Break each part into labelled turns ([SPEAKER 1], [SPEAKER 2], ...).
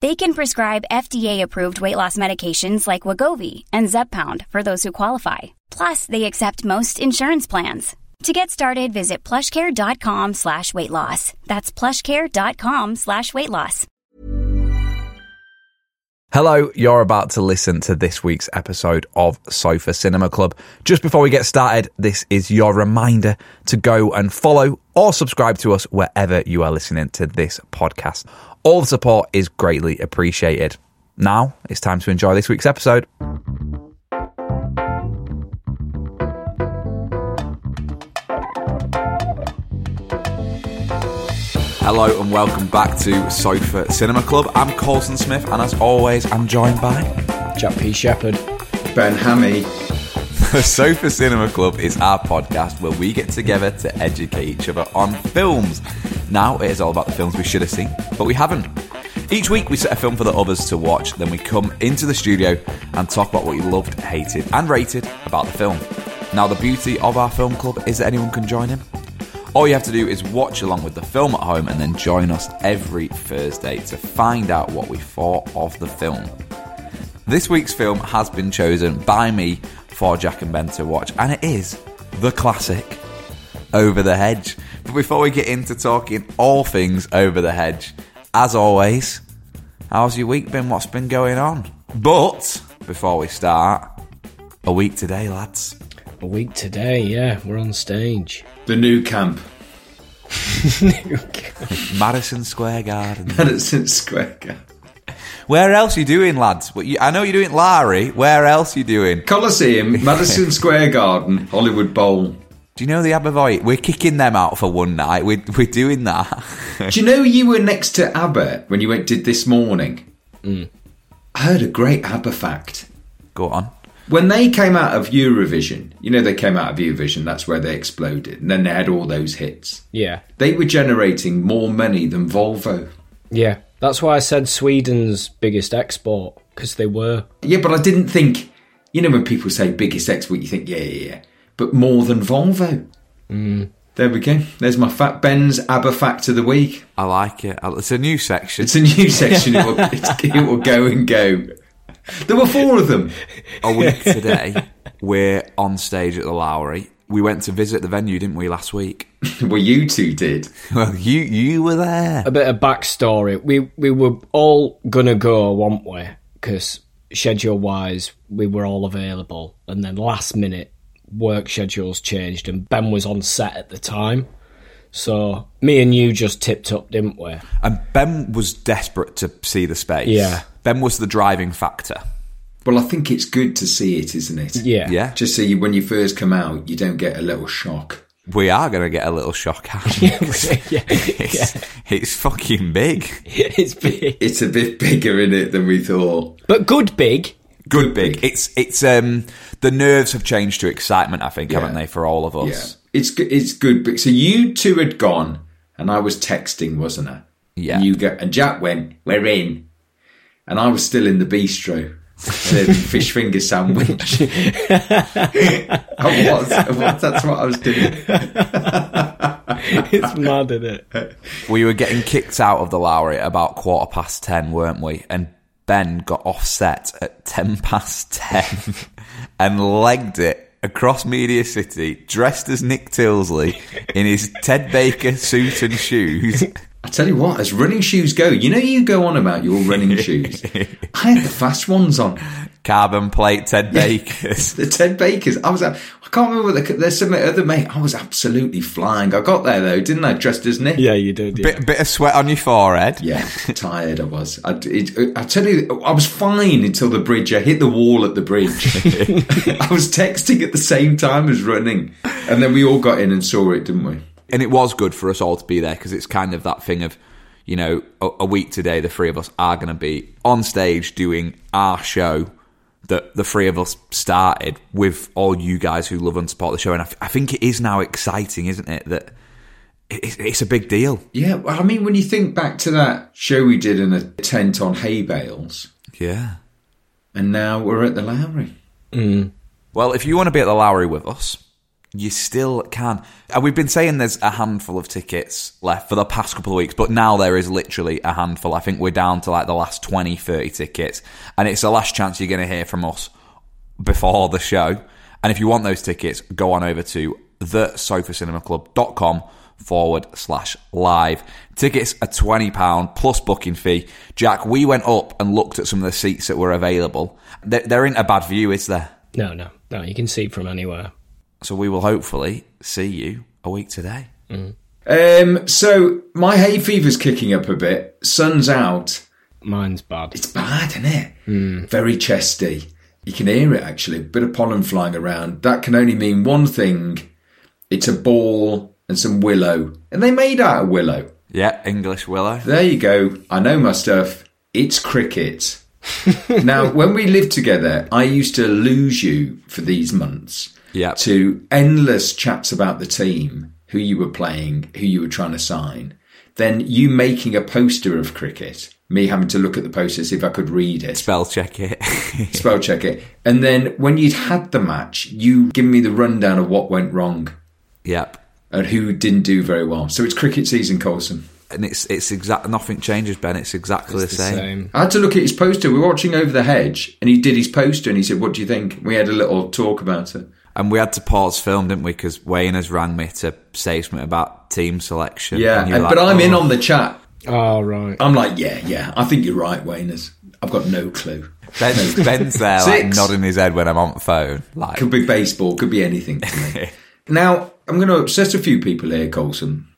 [SPEAKER 1] They can prescribe FDA-approved weight loss medications like Wagovi and Zepbound for those who qualify. Plus, they accept most insurance plans. To get started, visit plushcare.com slash weight loss. That's plushcare.com slash weight loss.
[SPEAKER 2] Hello, you're about to listen to this week's episode of Sofa Cinema Club. Just before we get started, this is your reminder to go and follow or subscribe to us wherever you are listening to this podcast. All the support is greatly appreciated. Now it's time to enjoy this week's episode. Hello and welcome back to Sofa Cinema Club. I'm Colson Smith, and as always, I'm joined by
[SPEAKER 3] Jack P. Shepherd.
[SPEAKER 4] Ben Hammy.
[SPEAKER 2] The Sofa Cinema Club is our podcast where we get together to educate each other on films. Now it is all about the films we should have seen, but we haven't. Each week we set a film for the others to watch, then we come into the studio and talk about what we loved, hated, and rated about the film. Now, the beauty of our film club is that anyone can join in. All you have to do is watch along with the film at home and then join us every Thursday to find out what we thought of the film. This week's film has been chosen by me for Jack and Ben to watch, and it is the classic Over the Hedge. But before we get into talking all things Over the Hedge, as always, how's your week been? What's been going on? But before we start, a week today, lads.
[SPEAKER 3] A week today, yeah, we're on stage.
[SPEAKER 4] The new camp.
[SPEAKER 2] Madison Square Garden.
[SPEAKER 4] Madison Square Camp.
[SPEAKER 2] Where else you doing, lads? What you, I know you're doing Larry. Where else you doing?
[SPEAKER 4] Coliseum, Madison Square Garden, Hollywood Bowl.
[SPEAKER 2] Do you know the Abbavoy? We're kicking them out for one night. We're, we're doing that.
[SPEAKER 4] Do you know you were next to ABBA when you went did this morning? I heard a great ABBA fact.
[SPEAKER 2] Go on.
[SPEAKER 4] When they came out of Eurovision, you know they came out of Eurovision, that's where they exploded, and then they had all those hits.
[SPEAKER 3] Yeah,
[SPEAKER 4] They were generating more money than Volvo.
[SPEAKER 3] yeah. That's why I said Sweden's biggest export, because they were.
[SPEAKER 4] Yeah, but I didn't think, you know, when people say biggest export, you think, yeah, yeah, yeah, but more than Volvo. There we go. There's my Fat Ben's ABBA fact of the week.
[SPEAKER 2] I like it. Uh, It's a new section.
[SPEAKER 4] It's a new section. It will, it, it will go and go. There were four of them.
[SPEAKER 2] a week today, we're on stage at the Lowry. We went to visit the venue, didn't we, last week?
[SPEAKER 4] Well, you two did.
[SPEAKER 2] Well, you you were there.
[SPEAKER 4] Um,
[SPEAKER 3] A bit of backstory. We we were all gonna go, weren't we? Because schedule wise, we were all available, and then last minute work schedules changed, and Ben was on set at the time. So me and you just tipped up, didn't we?
[SPEAKER 2] And Ben was desperate to see the space.
[SPEAKER 3] Yeah.
[SPEAKER 2] Ben was the driving factor.
[SPEAKER 4] Well, I think it's good to see it, isn't it?
[SPEAKER 3] Yeah.
[SPEAKER 2] Yeah.
[SPEAKER 4] Just so you, when you first come out, you don't get a little shock.
[SPEAKER 2] We are going to get a little shock out of it. it's, it's fucking big.
[SPEAKER 3] it's big,
[SPEAKER 4] It's a bit bigger in it than we thought.
[SPEAKER 3] but good big.
[SPEAKER 2] Good big. It's it's um the nerves have changed to excitement. I think haven't they for all of us?
[SPEAKER 4] Yeah, it's go- it's good. but- So you two had gone, and I was texting, wasn't I?
[SPEAKER 2] Yeah.
[SPEAKER 4] And you go, and Jack went, "We're in," and I was still in the bistro. serving fish finger sandwich. I was, I was. That's what I was doing.
[SPEAKER 3] It's mad, isn't it?
[SPEAKER 2] We were getting kicked out of the Lowry at about quarter past ten, weren't we? And Ben got offset at ten past ten and legged it across Media City, dressed as Nick Tilsley in his Ted Baker suit and shoes.
[SPEAKER 4] I tell you what, as running shoes go, you know you go on about your running shoes. I had the fast ones on.
[SPEAKER 2] Carbon plate, Ted Bakers.
[SPEAKER 4] The Ted Bakers. I was. ab- I can't remember what the, there's some other mate. I was absolutely flying. I got there though, didn't I? Dressed as Nick.
[SPEAKER 3] Yeah, you did. Yeah.
[SPEAKER 2] Bit, bit of sweat on your forehead.
[SPEAKER 4] Yeah, tired I was. I, it, uh, I tell you, I was fine until the bridge. I hit the wall at the bridge. I was texting at the same time as running, and then we all got in and saw it, didn't we?
[SPEAKER 2] and it was good for us all to be there because it's kind of that thing of you know a, a week today the three of us are going to be on stage doing our show that the three of us started with all you guys who love and support the show and i, th- I think it is now exciting isn't it that it, it's- it's a big deal
[SPEAKER 4] Yeah, well, I mean, when you think back to that show we did in a tent on hay bales,
[SPEAKER 2] yeah
[SPEAKER 4] and now we're at the Lowry.
[SPEAKER 2] Well, if you want to be at the Lowry with us, you still can. And we've been saying there's a handful of tickets left for the past couple of weeks, but now there is literally a handful. I think we're down to like the last 20, 30 tickets. And it's the last chance you're going to hear from us before the show. And if you want those tickets, go on over to thesofacinemaclub.com forward slash live. Tickets are £20 plus booking fee. Jack, we went up and looked at some of the seats that were available. There, there ain't a bad view, is there?
[SPEAKER 3] No, no, no. You can see from anywhere.
[SPEAKER 2] So we will hopefully see you a week today.
[SPEAKER 4] Um, so my hay fever's kicking up a bit. Sun's out.
[SPEAKER 3] Mine's bad.
[SPEAKER 4] It's bad, isn't it? Very chesty. You can hear it actually. Bit of pollen flying around. That can only mean one thing. It's a ball and some willow, and they made out of willow.
[SPEAKER 2] Yeah, English Willow.
[SPEAKER 4] There you go. I know my stuff. It's cricket. now, when we lived together, I used to lose you for these months
[SPEAKER 2] Yeah.
[SPEAKER 4] to endless chats about the team, who you were playing, who you were trying to sign. Then you making a poster of cricket, me having to look at the poster, see if I could read it,
[SPEAKER 2] Spell check it.
[SPEAKER 4] spell check it. And then when you'd had the match, you give me the rundown of what went wrong
[SPEAKER 2] yep.
[SPEAKER 4] and who didn't do very well. So it's cricket season, Colson.
[SPEAKER 2] And it's it's exact. Nothing changes, Ben. It's exactly
[SPEAKER 3] It's
[SPEAKER 2] the, same.
[SPEAKER 4] I had to look at his poster. We were watching Over the Hedge, and he did his poster, and he said, "What do you think?" We had a little talk about it.
[SPEAKER 2] And we had to pause film, didn't we? Because Wayne has rang me to say something about team selection.
[SPEAKER 4] Yeah,
[SPEAKER 2] And you
[SPEAKER 4] and-
[SPEAKER 2] were
[SPEAKER 4] but
[SPEAKER 2] like,
[SPEAKER 4] I'm in
[SPEAKER 2] "Oh."
[SPEAKER 4] on the chat.
[SPEAKER 3] Oh right.
[SPEAKER 4] I'm like, "Yeah, yeah, I think you're right, Wayners. I've got no clue.
[SPEAKER 2] Ben's, Ben's there, like,
[SPEAKER 4] Six.
[SPEAKER 2] nodding his head when I'm on the phone. Like,
[SPEAKER 4] Could be baseball, could be anything." To me. now I'm going to upset a few people here, Colson.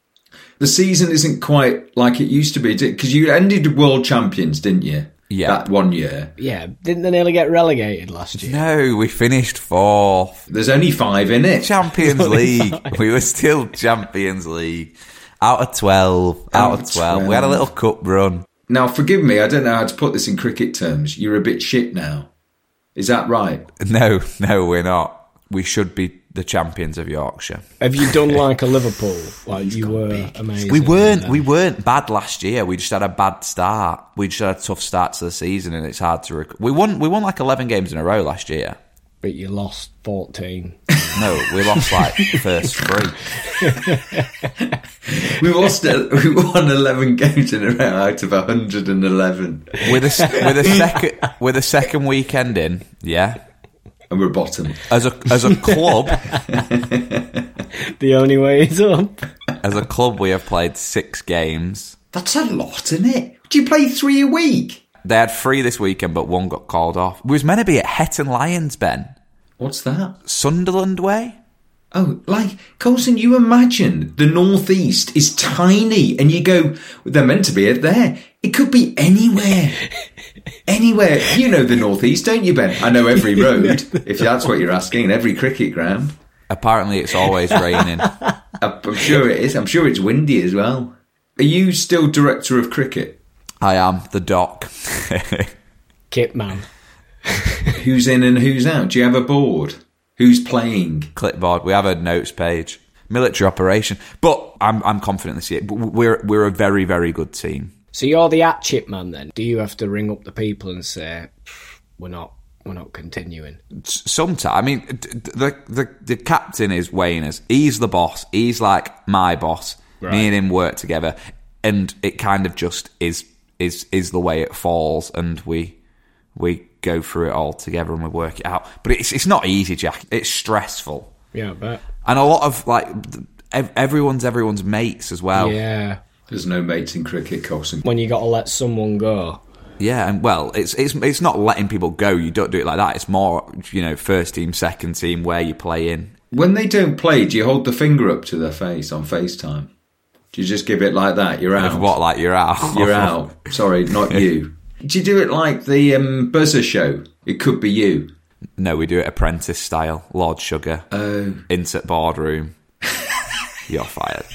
[SPEAKER 4] The season isn't quite like it used to be because you ended world champions, didn't you?
[SPEAKER 2] Yeah.
[SPEAKER 4] that one year.
[SPEAKER 3] Yeah. Didn't they nearly get relegated last year?
[SPEAKER 2] no, we finished fourth.
[SPEAKER 4] There's only five in it.
[SPEAKER 2] Champions League. We were still Champions League. Out of 12. Out, of 12. We had a little cup run.
[SPEAKER 4] Now, forgive me, I don't know how to put this in cricket terms. You're a bit shit now. Is that right?
[SPEAKER 2] No, no, we're not. We should be the champions of Yorkshire.
[SPEAKER 3] Have you done like a Liverpool? Like you were amazing.
[SPEAKER 2] We weren't. We weren't bad last year. We just had a bad start. We just had a tough start to the season, and it's hard to. Rec- we won. We won like eleven games in a row last year.
[SPEAKER 3] but you lost fourteen.
[SPEAKER 2] No, we lost like first three.
[SPEAKER 4] We lost. we won eleven games in a row out of hundred and eleven,
[SPEAKER 2] With a s- with a second with a second weekend in. Yeah,
[SPEAKER 4] and we're bottom.
[SPEAKER 2] as a as a club
[SPEAKER 3] The only way is up.
[SPEAKER 2] as a club we have played six games.
[SPEAKER 4] That's a lot, isn't it? Do you play three a week?
[SPEAKER 2] They had three this weekend, but one got called off. We was meant to be at Hetton Lions, Ben
[SPEAKER 4] What's that?
[SPEAKER 2] Sunderland way.
[SPEAKER 4] Oh, like Colson, you imagine the northeast is tiny, and you go, they're meant to be it there. It could be anywhere, anywhere. You know the northeast, don't you, Ben? I know every road. If that's what you're asking, and every cricket ground.
[SPEAKER 2] Apparently, it's always raining.
[SPEAKER 4] I'm I'm sure it is. I'm sure it's windy as well. Are you still director of cricket?
[SPEAKER 2] I am the doc.
[SPEAKER 3] Kit man.
[SPEAKER 4] Who's in and who's out? Do you have a board? Who's playing?
[SPEAKER 2] clipboard. We have a notes page. Military operation, but I'm I'm confident this year. W- We're we're a very very good team.
[SPEAKER 3] So you're the at chip man then. Do you have to ring up the people and say we're not we're not continuing?
[SPEAKER 2] Sometimes I mean d- d- the the the captain is Wayners. He's the boss. He's like my boss. Me and him work together, and it kind of just is is is the way it falls, and we we go through it all together and we work it out. But it's it's not easy, Jack. It's stressful,
[SPEAKER 3] Yeah, but
[SPEAKER 2] and a lot of like th- ev- everyone's everyone's mates as well.
[SPEAKER 3] yeah.
[SPEAKER 4] There's no mates in cricket, Coulson.
[SPEAKER 3] when you got to let someone go.
[SPEAKER 2] Yeah, and well, it's it's it's not letting people go. You don't do it like that. It's more, you know, first team, second team, where you play in.
[SPEAKER 4] When they don't play, do you hold the finger up to their face on FaceTime? Do you just give it like that? You're out.
[SPEAKER 2] If what like you're out,
[SPEAKER 4] You're out. Sorry, not you. Do you do it like the um, buzzer show? It could be you.
[SPEAKER 2] No, we do it apprentice style. Lord Sugar. Oh. Insert boardroom. You're fired.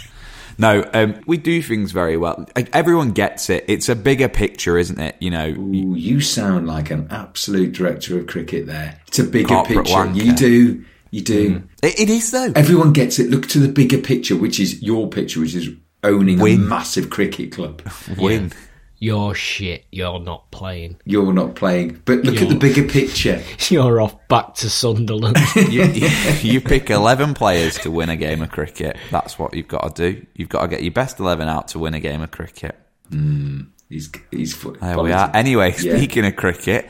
[SPEAKER 2] No, um, we do things very well. Like, Everyone gets it. It's a bigger picture, isn't it? You know,
[SPEAKER 4] Ooh, you sound like an absolute director of cricket there. It's a bigger
[SPEAKER 2] Corporate
[SPEAKER 4] picture.
[SPEAKER 2] wanker. Mm.
[SPEAKER 4] You do. You do.
[SPEAKER 2] it, it is though.
[SPEAKER 4] Everyone gets it. Look to the bigger picture, which is your picture, which is owning a
[SPEAKER 2] Win.
[SPEAKER 4] massive cricket club.
[SPEAKER 2] Win.
[SPEAKER 3] You're shit. You're not playing.
[SPEAKER 4] You're not playing, but look at the bigger picture.
[SPEAKER 3] You're off back to Sunderland.
[SPEAKER 2] you, you- you pick 11 players to win a game of cricket. That's what you've got to do. You've got to get your best 11 out to win a game of cricket.
[SPEAKER 4] He's he's. fu-
[SPEAKER 2] There we
[SPEAKER 4] quality.
[SPEAKER 2] are. Anyway,
[SPEAKER 4] Yeah.
[SPEAKER 2] speaking of cricket,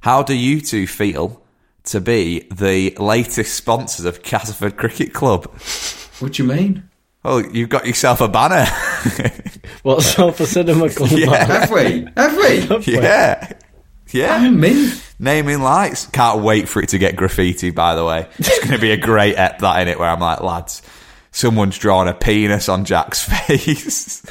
[SPEAKER 2] how do you two feel to be the latest sponsors of Castleford Cricket Club?
[SPEAKER 4] What do you mean?
[SPEAKER 2] Well, you've got yourself a banner.
[SPEAKER 3] What's up for Cinema Club?
[SPEAKER 2] Yeah.
[SPEAKER 4] Have we? Have we?
[SPEAKER 2] yeah.
[SPEAKER 4] I
[SPEAKER 2] Yeah.
[SPEAKER 4] mean,
[SPEAKER 2] Naming lights. Can't wait for it to get graffiti, by the way. It's going to be a great ep, that, in it, where I'm like, lads, someone's drawn a penis on Jack's face.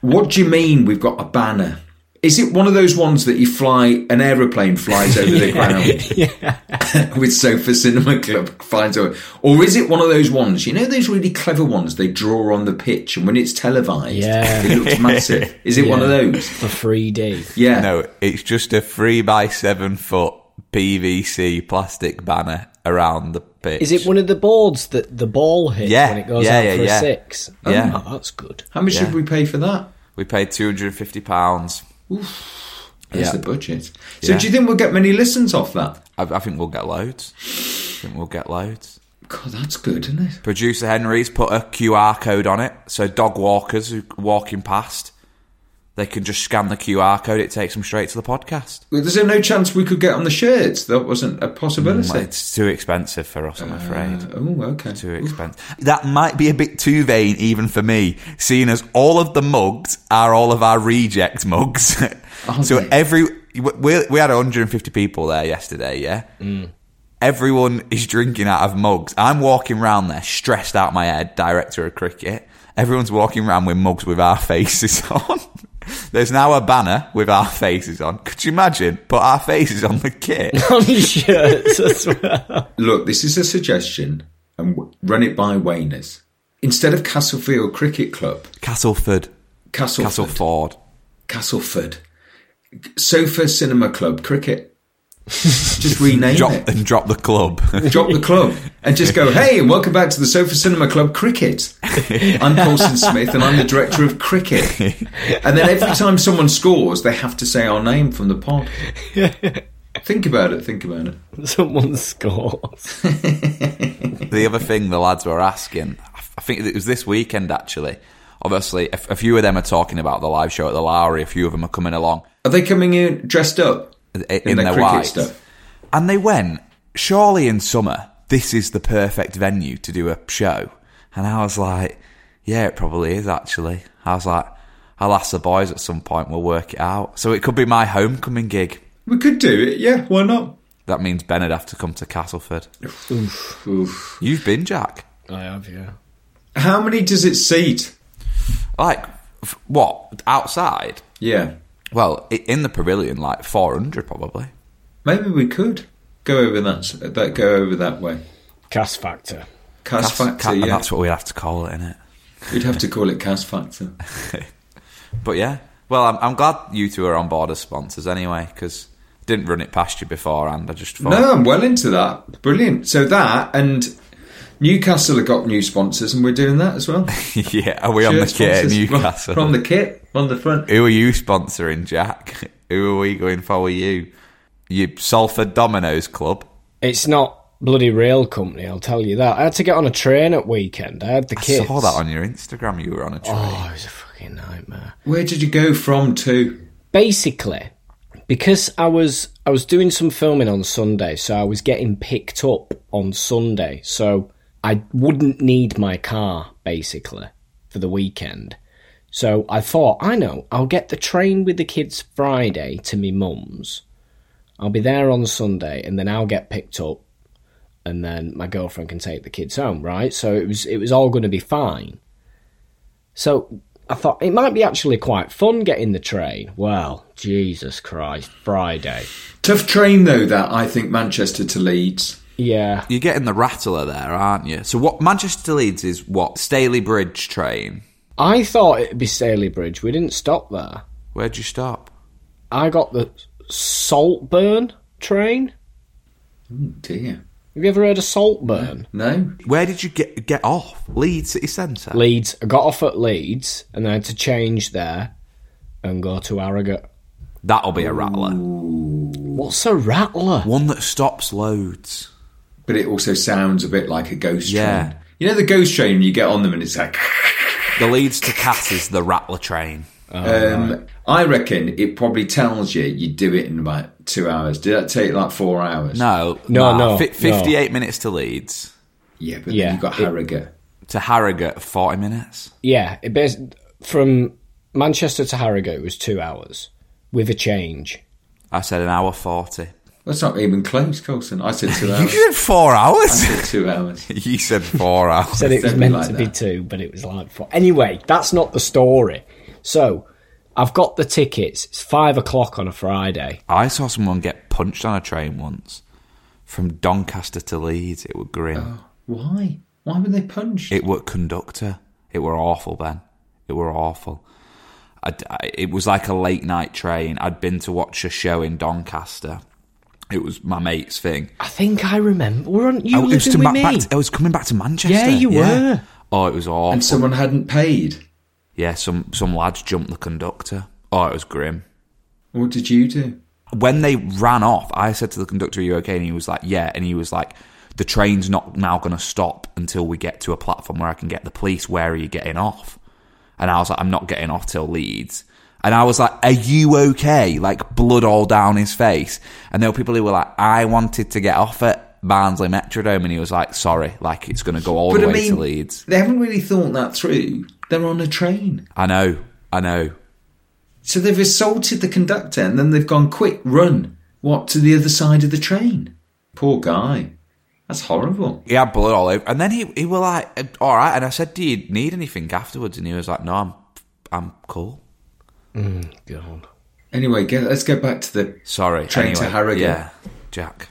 [SPEAKER 4] what do you mean? We've got a banner. Is it one of those ones that you fly? An aeroplane flies over the ground with Sofa Cinema Club finds over, or is it one of those ones? You know those really clever ones they draw on the pitch, and when it's televised,
[SPEAKER 3] Yeah.
[SPEAKER 4] it looks massive. Is it one of those?
[SPEAKER 3] For 3D.
[SPEAKER 4] Yeah.
[SPEAKER 2] No, it's just a three by seven foot PVC plastic banner around the pitch.
[SPEAKER 3] Is it one of the boards that the ball hits
[SPEAKER 2] Yeah,
[SPEAKER 3] when it goes
[SPEAKER 2] yeah,
[SPEAKER 3] out
[SPEAKER 2] yeah,
[SPEAKER 3] for
[SPEAKER 2] yeah.
[SPEAKER 3] a six?
[SPEAKER 2] Yeah.
[SPEAKER 3] Oh, that's good.
[SPEAKER 4] How much did we pay for that?
[SPEAKER 2] We paid two hundred and fifty pounds.
[SPEAKER 4] That's
[SPEAKER 2] Yeah.
[SPEAKER 4] the budget. So
[SPEAKER 2] Yeah.
[SPEAKER 4] do you think we'll get many listens off that?
[SPEAKER 2] I, I think we'll get loads. I think we'll get loads.
[SPEAKER 4] God, that's good, isn't it?
[SPEAKER 2] Producer Henry's put a QR code on it, so dog walkers who walking past, they can just scan the QR code. It takes them straight to the podcast.
[SPEAKER 4] Well, There's no chance we could get on the shirts. That wasn't a possibility.
[SPEAKER 2] It's too expensive for us, I'm afraid.
[SPEAKER 4] oh, okay.
[SPEAKER 2] Too expensive. That might be a bit too vain, even for me, seeing as all of the mugs are all of our reject mugs. so
[SPEAKER 4] they?
[SPEAKER 2] every we, we had 150 people there yesterday. Yeah,
[SPEAKER 4] Mm.
[SPEAKER 2] everyone is drinking out of mugs. I'm walking round there, stressed out my head. Director of cricket. Everyone's walking around with mugs with our faces on. There's now a banner with our faces on. Could you imagine? Put our faces on the kit.
[SPEAKER 3] On shirts as well.
[SPEAKER 4] Look, this is a suggestion, and w- run it by Wayners. Instead of Castlefield Cricket Club,
[SPEAKER 2] Castleford.
[SPEAKER 4] Castleford, Castleford,
[SPEAKER 2] Castleford.
[SPEAKER 4] Sofa Cinema Club Cricket. Just rename
[SPEAKER 2] Drop,
[SPEAKER 4] it.
[SPEAKER 2] and drop the club.
[SPEAKER 4] Drop the club and just go, hey, and welcome back to the Sofa Cinema Club Cricket. I'm Paulson Smith and I'm the director of cricket. And then every time someone scores, they have to say our name from the pod. Think about it, think about it.
[SPEAKER 3] Someone scores.
[SPEAKER 2] the other thing the lads were asking, I f- I think it was this weekend actually. Obviously, a, f- a few of them are talking about the live show at the Lowry. A few of them are coming along uh,
[SPEAKER 4] Are they coming in dressed up
[SPEAKER 2] in, in
[SPEAKER 4] their
[SPEAKER 2] their
[SPEAKER 4] cricket
[SPEAKER 2] whites,
[SPEAKER 4] stuff?
[SPEAKER 2] and they went. Surely in summer, this is the perfect venue to do a show. And I was like, yeah, it probably is actually. I was like, I'll ask the boys at some point. We'll work it out. So it could be my homecoming gig.
[SPEAKER 4] We could do it, yeah, why not?
[SPEAKER 2] That means Ben would have to come to Castleford.
[SPEAKER 4] Oof.
[SPEAKER 2] You've been, Jack.
[SPEAKER 3] I have, yeah.
[SPEAKER 4] How many does it seat?
[SPEAKER 2] Like, f- what? Outside?
[SPEAKER 4] Yeah,
[SPEAKER 2] Well, i- in the pavilion, like 400 probably.
[SPEAKER 4] maybe we could go over that. s- That go over that way.
[SPEAKER 3] Cast factor.
[SPEAKER 4] Cast factor,
[SPEAKER 2] ca- and
[SPEAKER 4] yeah.
[SPEAKER 2] that's what we have to call it, innit?
[SPEAKER 4] You'd have to call it cast factor.
[SPEAKER 2] But yeah, well, I'm, I'm glad you two are on board as sponsors anyway, because I didn't run it past you beforehand. I just thought,
[SPEAKER 4] No, I'm well into that. Brilliant. So that and Newcastle have got new sponsors, and we're doing that as well.
[SPEAKER 2] yeah, are we on the
[SPEAKER 4] Shirt
[SPEAKER 2] kit at
[SPEAKER 4] sponsors from-
[SPEAKER 2] Newcastle?
[SPEAKER 4] from the kit on the front.
[SPEAKER 2] Who are you sponsoring, Jack? Who are we going for with you? You Salford Dominoes Club.
[SPEAKER 3] It's not bloody rail company, I'll tell you that. I had to get on a train at weekend. I had the kids.
[SPEAKER 2] I saw that on your Instagram. You were on a train.
[SPEAKER 3] Oh, it was a fucking nightmare.
[SPEAKER 4] Where did you go from to?
[SPEAKER 3] basically because I was I was doing some filming on Sunday, so I was getting picked up on Sunday. So I wouldn't need my car basically for the weekend. So I thought, I know, I'll get the train with the kids Friday to me mum's. I'll be there on Sunday and then I'll get picked up and then my girlfriend can take the kids home, right? So it was it was all going to be fine. So I thought it might be actually quite fun getting the train. Well, Jesus Christ, Friday.
[SPEAKER 4] Tough train though that I think Manchester to Leeds.
[SPEAKER 3] Yeah.
[SPEAKER 2] You're getting the rattler there, aren't you? So what Manchester to Leeds is what Staley Bridge train.
[SPEAKER 3] I thought it'd be Staley Bridge. We didn't stop there.
[SPEAKER 2] Where'd you stop?
[SPEAKER 3] I got the Saltburn train.
[SPEAKER 4] Oh dear.
[SPEAKER 3] Have you ever heard of Saltburn?
[SPEAKER 4] No?
[SPEAKER 2] Where did you get get off? Leeds City Centre.
[SPEAKER 3] Leeds. I got off at Leeds and I had to change there and go to Harrogate.
[SPEAKER 2] That'll be a rattler.
[SPEAKER 3] What's a rattler?
[SPEAKER 2] One that stops loads.
[SPEAKER 4] But it also sounds a bit like a ghost
[SPEAKER 2] Yeah.
[SPEAKER 4] train. You know the ghost train you get on them and it's like
[SPEAKER 2] The Leeds to Cat is the rattler train.
[SPEAKER 4] um, I reckon it probably tells you you do it in about two hours. Did that take like four hours?
[SPEAKER 2] No,
[SPEAKER 3] No, no,
[SPEAKER 2] Fi
[SPEAKER 3] no.
[SPEAKER 2] 58 minutes to Leeds.
[SPEAKER 4] Yeah, but
[SPEAKER 3] Yeah,
[SPEAKER 4] then you've got
[SPEAKER 3] it-
[SPEAKER 4] Harrogate.
[SPEAKER 2] To Harrogate, 40 minutes.
[SPEAKER 3] Yeah, it bas from Manchester to Harrogate was two hours with a change.
[SPEAKER 2] I said an hour 40.
[SPEAKER 4] That's not even close, Colson. I said two
[SPEAKER 2] You
[SPEAKER 4] hours.
[SPEAKER 2] said four
[SPEAKER 4] I
[SPEAKER 2] hours.
[SPEAKER 4] said two hours.
[SPEAKER 2] you said four hours.
[SPEAKER 3] Said it was
[SPEAKER 4] Something
[SPEAKER 3] meant
[SPEAKER 4] like
[SPEAKER 3] to be
[SPEAKER 4] that.
[SPEAKER 3] two, but it was like four. Anyway, that's not the story. So I've got the tickets. It's five o'clock on a Friday.
[SPEAKER 2] I saw someone get punched on a train once from Doncaster to Leeds. It were grim.
[SPEAKER 4] Oh, Why? Why were they punched?
[SPEAKER 2] It were conductor. It were awful, Ben. It were awful. I, I- it was like a late night train. I'd been to watch a show in Doncaster. It was my mate's thing.
[SPEAKER 3] I think I remember. Weren't you
[SPEAKER 2] I, Oh, it was
[SPEAKER 3] living
[SPEAKER 2] to
[SPEAKER 3] with
[SPEAKER 2] ma-
[SPEAKER 3] me?
[SPEAKER 2] back to- I was coming back to Manchester.
[SPEAKER 3] Yeah, you were.
[SPEAKER 2] Oh, it was awful.
[SPEAKER 4] and someone hadn't paid.
[SPEAKER 2] yeah, some some lads jumped the conductor. Oh, it was grim.
[SPEAKER 4] What did you do?
[SPEAKER 2] when they ran off, I said to the conductor, "Are you okay?" And he was like, "Yeah." And he was like, "The train's not now going to stop until we get to a platform where I can get the police. Where are you getting off?" And I was like, "I'm not getting off till Leeds." And I was like, "Are you okay?" Like blood all down his face. And there were people who were like, "I wanted to get off at Barnsley Metrodome," and he was like, "Sorry, like it's going to go all the way to Leeds."
[SPEAKER 4] they haven't really thought that through. They're on a train.
[SPEAKER 2] I know, I know.
[SPEAKER 4] So they've assaulted the conductor and then they've gone quick run. What to the other side of the train? Poor guy. That's horrible.
[SPEAKER 2] he had blood all over. And then he he was like, uh, "All right." And I said, "Do you need anything afterwards?" And he was like, "No, I'm I'm cool.
[SPEAKER 3] Mm, God.
[SPEAKER 4] Anyway, get, let's get back to the
[SPEAKER 2] Sorry."
[SPEAKER 4] Train to
[SPEAKER 2] Anyway,
[SPEAKER 4] Harrogate.
[SPEAKER 2] Yeah, Jack.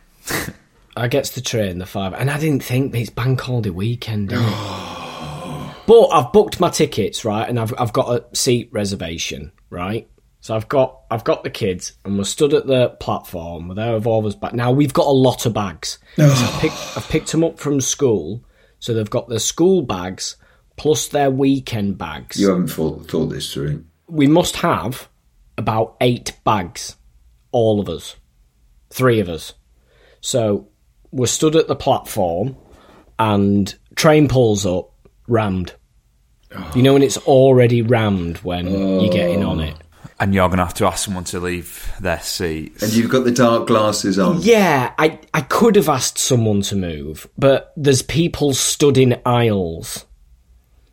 [SPEAKER 3] I gets the train the five, and I didn't think it's bank holiday weekend. innit? but I've booked my tickets right, and I've I've got a seat reservation right. So I've got I've got the kids, and we're stood at the platform. We're there with all of us back. Now we've got a lot of bags. So I've picked, I've picked them up from school, so they've got their school bags plus their weekend bags.
[SPEAKER 4] You haven't thought, thought this through.
[SPEAKER 3] We must have about eight bags, all of us, three of us. So we're stood at the platform, and train pulls up, rammed. You know when it's already rammed when you're getting on it.
[SPEAKER 2] And you're gonna have to ask someone to leave their seats.
[SPEAKER 4] And you've got the dark glasses on.
[SPEAKER 3] Yeah, I I could have asked someone to move, but there's people stood in aisles.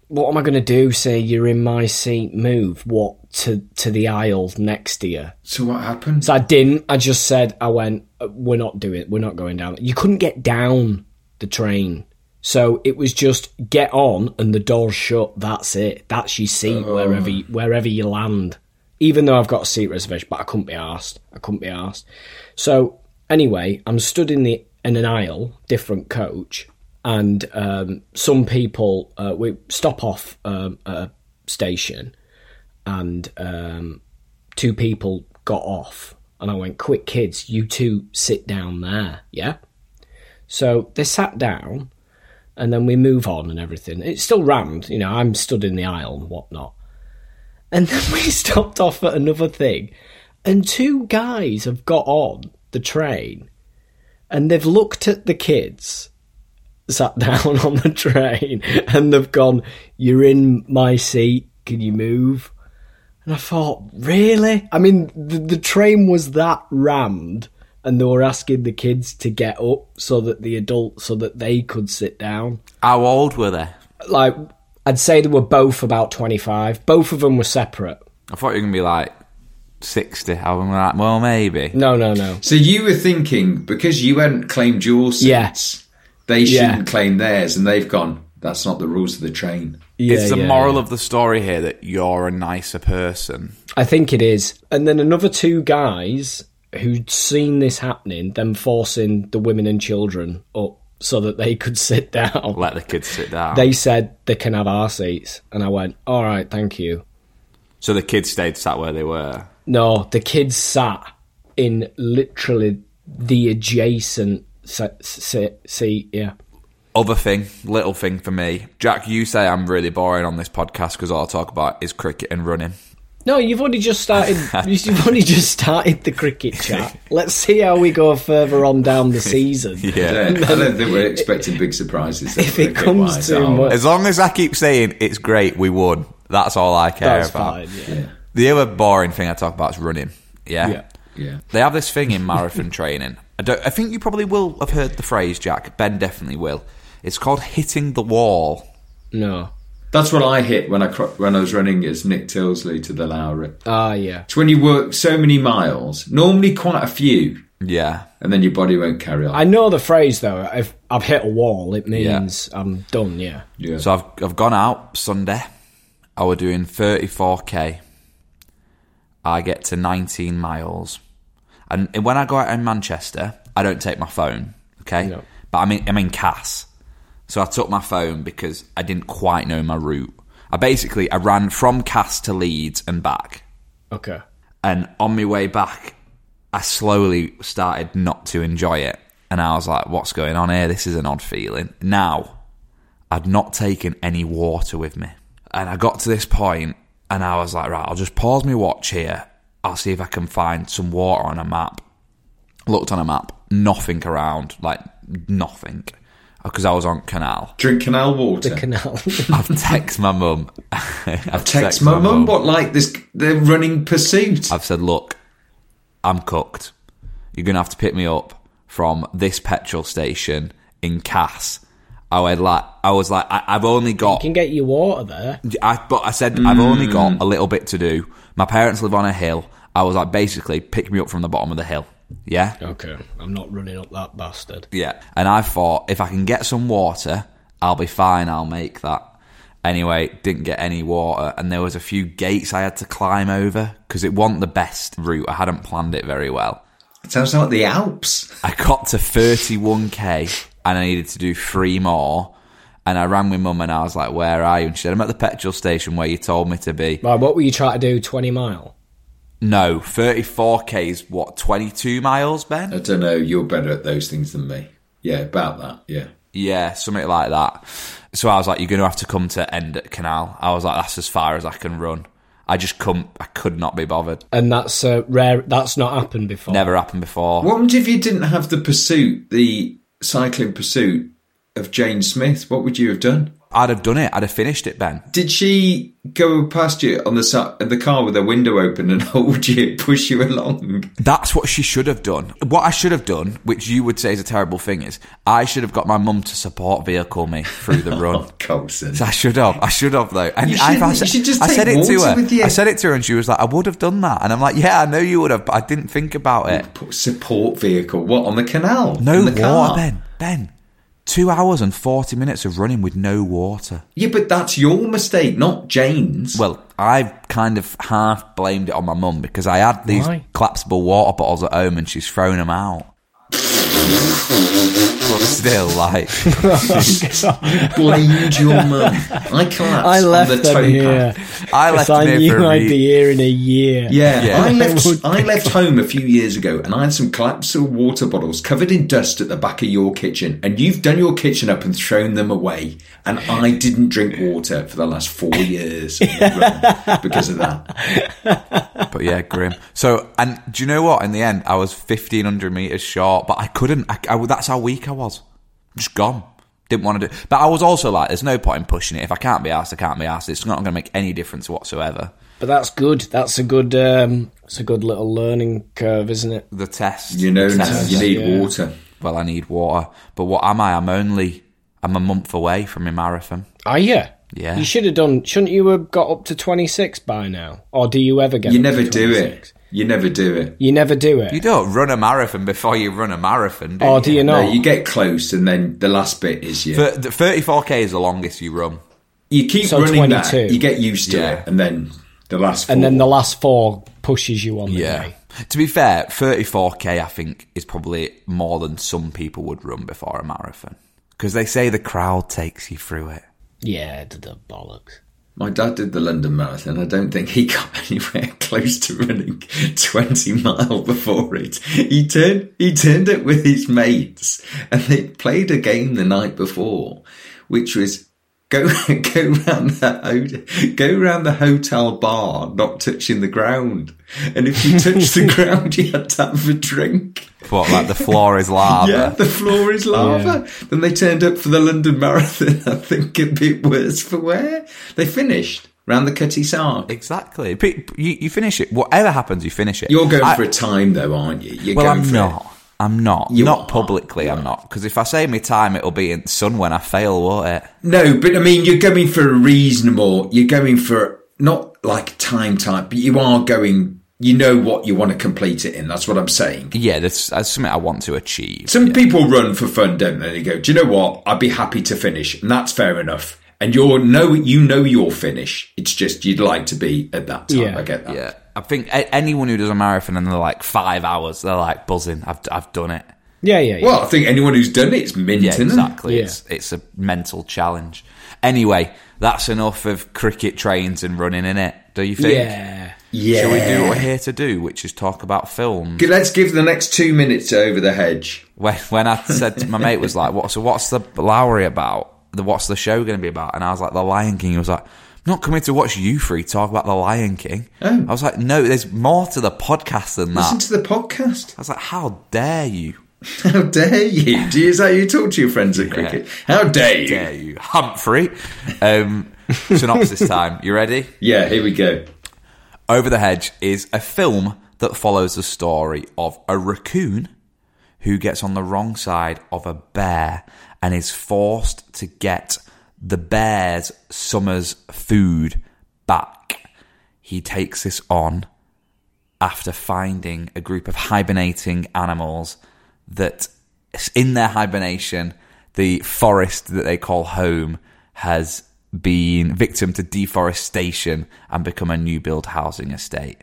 [SPEAKER 3] What am I going to do? Say you're in my seat, move what to to the aisle next to you.
[SPEAKER 4] So what happened?
[SPEAKER 3] So I didn't. I just said I went. "Uh, We're not doing. We're not going down. You couldn't get down the train, so it was just get on and the door's shut. That's it. That's your seat wherever you, wherever you land. Even though I've got a seat reservation, but I couldn't be asked. I couldn't be asked. So anyway, I'm stood in the in an aisle, different coach, and um, some people uh, we stop off um, at a station and um, two people got off. And I went, Quick, kids, you two sit down there. Yeah. So they sat down and then we move on and everything. It's still rammed, you know, I'm stood in the aisle and whatnot. And then we stopped off at another thing. And two guys have got on the train and they've looked at the kids sat down on the train and they've gone, You're in my seat, can you move? And I thought, really? I mean, the, the train was that rammed and they were asking the kids to get up so that the adults so that they could sit down.
[SPEAKER 2] How old were they?
[SPEAKER 3] Like I'd say they were both about twenty five. Both of them were separate.
[SPEAKER 2] I thought you were going to be like 60. I was like, well, maybe.
[SPEAKER 3] No, no, no.
[SPEAKER 4] So you were thinking because you hadn't claimed your seats,
[SPEAKER 3] Yeah.
[SPEAKER 4] they
[SPEAKER 3] Yeah.
[SPEAKER 4] shouldn't claim theirs, and they've gone. That's not the rules of the train.
[SPEAKER 3] Yeah,
[SPEAKER 2] it's the
[SPEAKER 3] yeah,
[SPEAKER 2] moral
[SPEAKER 3] yeah.
[SPEAKER 2] of the story here that you're a nicer person.
[SPEAKER 3] I think it is. And then another two guys who'd seen this happening, them forcing the women and children up so that they could sit down.
[SPEAKER 2] Let the kids sit down.
[SPEAKER 3] they said they can have our seats, and I went, "All right, thank you."
[SPEAKER 2] so the kids stayed sat where they were.
[SPEAKER 3] No, the kids sat in literally the adjacent se- se- seat. Yeah,
[SPEAKER 2] Other thing, little thing for me. Jack, you say I'm really boring on this podcast because all I talk about is cricket and running.
[SPEAKER 3] no, you've only just started. you've only just started the cricket chat. Let's see how we go further on down the season.
[SPEAKER 4] I
[SPEAKER 2] Yeah.
[SPEAKER 4] don't, I don't think we're expecting big surprises.
[SPEAKER 3] If it comes to
[SPEAKER 4] much.
[SPEAKER 3] much,
[SPEAKER 2] As long as I keep saying it's great, we won. That's all I care
[SPEAKER 3] that's
[SPEAKER 2] about.
[SPEAKER 3] fine. Yeah.
[SPEAKER 2] The other boring thing I talk about is running. Yeah.
[SPEAKER 3] Yeah.
[SPEAKER 4] Yeah.
[SPEAKER 2] They have this thing in marathon training. I, don't, I think you probably will have heard the phrase, Jack. Ben definitely will. It's called hitting the wall.
[SPEAKER 3] No.
[SPEAKER 4] That's what I hit when I cro- when I was running as Nick Tilsley to the Lowry.
[SPEAKER 3] Ah, yeah.
[SPEAKER 4] It's when you work so many miles, normally quite a few,
[SPEAKER 2] Yeah.
[SPEAKER 4] and then your body won't carry on.
[SPEAKER 3] I know the phrase though. If I've hit a wall, it means I'm done. Yeah.
[SPEAKER 4] yeah.
[SPEAKER 2] So I've I've gone out Sunday. I were doing 34k. I get to 19 miles, and when I go out in Manchester, I don't take my phone. Okay,
[SPEAKER 3] No.
[SPEAKER 2] but I'm in, I'm in Cass, so I took my phone because I didn't quite know my route. I basically I ran from Cass to Leeds and back,
[SPEAKER 3] Okay.
[SPEAKER 2] and on my way back, I slowly started not to enjoy it. And I was like, what's going on here? This is an odd feeling. Now, I'd not taken any water with me. And I got to this point and I was like, right, I'll just pause my watch here. I'll see if I can find some water on a map. Looked on a map, nothing around, like nothing. Because I was on canal.
[SPEAKER 4] Drink canal water.
[SPEAKER 3] Canal.
[SPEAKER 2] I've texted my mum. I've
[SPEAKER 4] Text my mum. What like this? They're running pursuit.
[SPEAKER 2] I've said, look, I'm cooked. You're going to have to pick me up from this petrol station in Cass. I was like, I was like, I, I've only got,
[SPEAKER 3] can get you water there.
[SPEAKER 2] I, but I said, I've only got a little bit to do. My parents live on a hill. I was like, basically, pick me up from the bottom of the hill. Yeah.
[SPEAKER 3] Okay. I'm not running up that bastard.
[SPEAKER 2] Yeah. And I thought, if I can get some water, I'll be fine. I'll make that. Anyway, didn't get any water, and there was a few gates I had to climb over because it wasn't the best route. I hadn't planned it very well.
[SPEAKER 4] It sounds like the Alps.
[SPEAKER 2] I got to 31k and I needed to do three more. And I rang my mum and I was like, Where are you? And she said, I'm at the petrol station where you told me to be.
[SPEAKER 3] Right. What were you trying to do? Twenty mile.
[SPEAKER 2] No, 34k is what, 22 miles,
[SPEAKER 4] I
[SPEAKER 2] Ben?
[SPEAKER 4] don't know. You're better at those things than me. Yeah, about that. Yeah.
[SPEAKER 2] Yeah, something like that. So I was like, You're going to have to come to end at Canal. I was like, That's as far as I can run. I just couldn't, I could not be bothered.
[SPEAKER 3] And that's uh, rare. That's not happened before.
[SPEAKER 2] Never happened before.
[SPEAKER 4] What would if you didn't have the pursuit, the cycling pursuit of Jane Smith? What would you have done?
[SPEAKER 2] I'd have done it. I'd have finished it, Ben.
[SPEAKER 4] Did she go past you on the si- in the car with her window open and hold you, push you along?
[SPEAKER 2] That's what she should have done. What I should have done, which you would say is a terrible thing, is I should have got my mum to support vehicle me through the run.
[SPEAKER 4] Oh, Colson.
[SPEAKER 2] I should have. I should have though. And
[SPEAKER 4] You
[SPEAKER 2] I, I,
[SPEAKER 4] shouldn't. You should just
[SPEAKER 2] I
[SPEAKER 4] take
[SPEAKER 2] said it to
[SPEAKER 4] water
[SPEAKER 2] her.
[SPEAKER 4] with you.
[SPEAKER 2] I said it to her, and she was like, "I would have done that." And I'm like, "Yeah, I know you would have, but I didn't think about it."
[SPEAKER 4] Put Support vehicle. What on the canal?
[SPEAKER 2] No
[SPEAKER 4] in the
[SPEAKER 2] water,
[SPEAKER 4] car?
[SPEAKER 2] Ben. Ben, two hours and forty minutes of running with no water.
[SPEAKER 4] Yeah, but that's your mistake, not Jane's.
[SPEAKER 2] Well, I've kind of half blamed it on my mum because I had these
[SPEAKER 3] Why?
[SPEAKER 2] collapsible water bottles at home, and she's thrown them out. but still, like,
[SPEAKER 4] blamed your mum. I collapsed.
[SPEAKER 3] I left
[SPEAKER 4] on the
[SPEAKER 3] them
[SPEAKER 4] towpath.
[SPEAKER 3] here.
[SPEAKER 2] I
[SPEAKER 3] 'cause
[SPEAKER 2] left
[SPEAKER 3] I
[SPEAKER 2] them here for
[SPEAKER 3] knew
[SPEAKER 2] a
[SPEAKER 3] I'd
[SPEAKER 2] rea-
[SPEAKER 3] be here in a year.
[SPEAKER 4] Yeah,
[SPEAKER 2] Yeah.
[SPEAKER 4] I
[SPEAKER 3] Would-
[SPEAKER 4] left. I left home a few years ago, and I had some collapsible water bottles covered in dust at the back of your kitchen. And you've done your kitchen up and thrown them away. And I didn't drink water for the last four years on the run because of that.
[SPEAKER 2] But yeah, grim. So, and do you know what? In the end, I was fifteen hundred meters short, but I couldn't. I, I- that's how weak I was. Just gone. Didn't want to do. But I was also like, there's no point in pushing it. If I can't be asked, I can't be asked. It's not going to make any difference whatsoever.
[SPEAKER 3] But that's good. That's a good um, It's a good little learning curve, isn't it?
[SPEAKER 2] The test.
[SPEAKER 4] You know,
[SPEAKER 2] Test.
[SPEAKER 4] you need
[SPEAKER 3] yeah.
[SPEAKER 4] water.
[SPEAKER 2] Well, I need water. But what am I? I'm only. I'm a month away from my marathon.
[SPEAKER 3] Are you?
[SPEAKER 2] Yeah.
[SPEAKER 3] You should have done. Shouldn't you have got up to twenty six by now? Or do you ever get?
[SPEAKER 4] You
[SPEAKER 3] up to
[SPEAKER 4] never do it.
[SPEAKER 3] 26?
[SPEAKER 4] You never do it.
[SPEAKER 3] You never do it.
[SPEAKER 2] You don't run a marathon before you run a marathon, do
[SPEAKER 3] or
[SPEAKER 2] you?
[SPEAKER 3] Oh, do you
[SPEAKER 4] No,
[SPEAKER 3] not?
[SPEAKER 4] you get close, and then the last bit is you.
[SPEAKER 2] Thir- the 34k is the longest you run.
[SPEAKER 4] you keep
[SPEAKER 3] So
[SPEAKER 4] running
[SPEAKER 3] 22.
[SPEAKER 4] that. You get used to
[SPEAKER 2] Yeah.
[SPEAKER 4] it, and then the last. Four.
[SPEAKER 3] and then the last four pushes you on the
[SPEAKER 2] Yeah.
[SPEAKER 3] day.
[SPEAKER 2] To be fair, 34k I think is probably more than some people would run before a marathon because they say the crowd takes you through it.
[SPEAKER 3] Yeah, to the bollocks.
[SPEAKER 4] my dad did the London Marathon. I don't think he got anywhere close to running twenty mile before it. He turned he turned it with his mates, and they played a game the night before, which was. Go go round the ho- go round the hotel bar, not touching the ground, and if you touched the ground, you had to have a drink.
[SPEAKER 2] But like the floor is lava.
[SPEAKER 4] Yeah, the floor is lava. Then they turned up for the London Marathon. I think a bit worse for wear. They finished round the Cutty Sark.
[SPEAKER 2] Exactly. Pe- You, you finish it. Whatever happens, you finish it.
[SPEAKER 4] You're going
[SPEAKER 2] I-
[SPEAKER 4] for a time though, aren't you? You're
[SPEAKER 2] Well,
[SPEAKER 4] going
[SPEAKER 2] I'm
[SPEAKER 4] for
[SPEAKER 2] not. I'm not.
[SPEAKER 4] You
[SPEAKER 2] not
[SPEAKER 4] are.
[SPEAKER 2] publicly, I'm not. Because if I say my time, it'll be in sun when I fail, won't it?
[SPEAKER 4] It. No, but I mean, you're going for a reasonable. You're going for not like time type, but you are going. You know what you want to complete it in. That's what I'm saying.
[SPEAKER 2] Yeah, that's, that's something I want to achieve.
[SPEAKER 4] Some people run for fun, don't they? They go, "Do you know what? I'd be happy to finish," and that's fair enough. And you're no, you know you'll finish. It's just you'd like to be at that time.
[SPEAKER 3] Yeah.
[SPEAKER 4] I get that.
[SPEAKER 2] Yeah. I think a- anyone who does a marathon and they're like five hours, they're like buzzing. I've, I've done it.
[SPEAKER 3] Yeah, yeah, yeah.
[SPEAKER 4] Well, I think anyone who's done it is minting.
[SPEAKER 2] Yeah, exactly.
[SPEAKER 3] Yeah.
[SPEAKER 2] It's, it's a mental challenge. Anyway, that's enough of cricket trains and running in it. Do you think?
[SPEAKER 3] yeah.
[SPEAKER 4] Yeah.
[SPEAKER 2] Shall we do what we're here to do, which is talk about films?
[SPEAKER 4] G- Let's give the next two minutes to over the hedge.
[SPEAKER 2] When, when I said to my mate was like, "What? So what's the Lowry about? The what's the show going to be about?" And I was like, "The Lion King." He was like, "I'm not coming to watch you three talk about the Lion King." I was like, "No, there's more to the podcast than that."
[SPEAKER 4] Oh. Listen to the podcast.
[SPEAKER 2] I was like, "How dare you?
[SPEAKER 4] How dare you? Do you, is that how you talk to your friends at cricket? How dare you?
[SPEAKER 2] Dare you, Humphrey?" Um, synopsis time. You ready?
[SPEAKER 4] Yeah, here we go.
[SPEAKER 2] Over the Hedge is a film that follows the story of a raccoon who gets on the wrong side of a bear and is forced to get the bear's summer's food back. He takes this on after finding a group of hibernating animals that in their hibernation the forest that they call home has been victim to deforestation and become a new build housing estate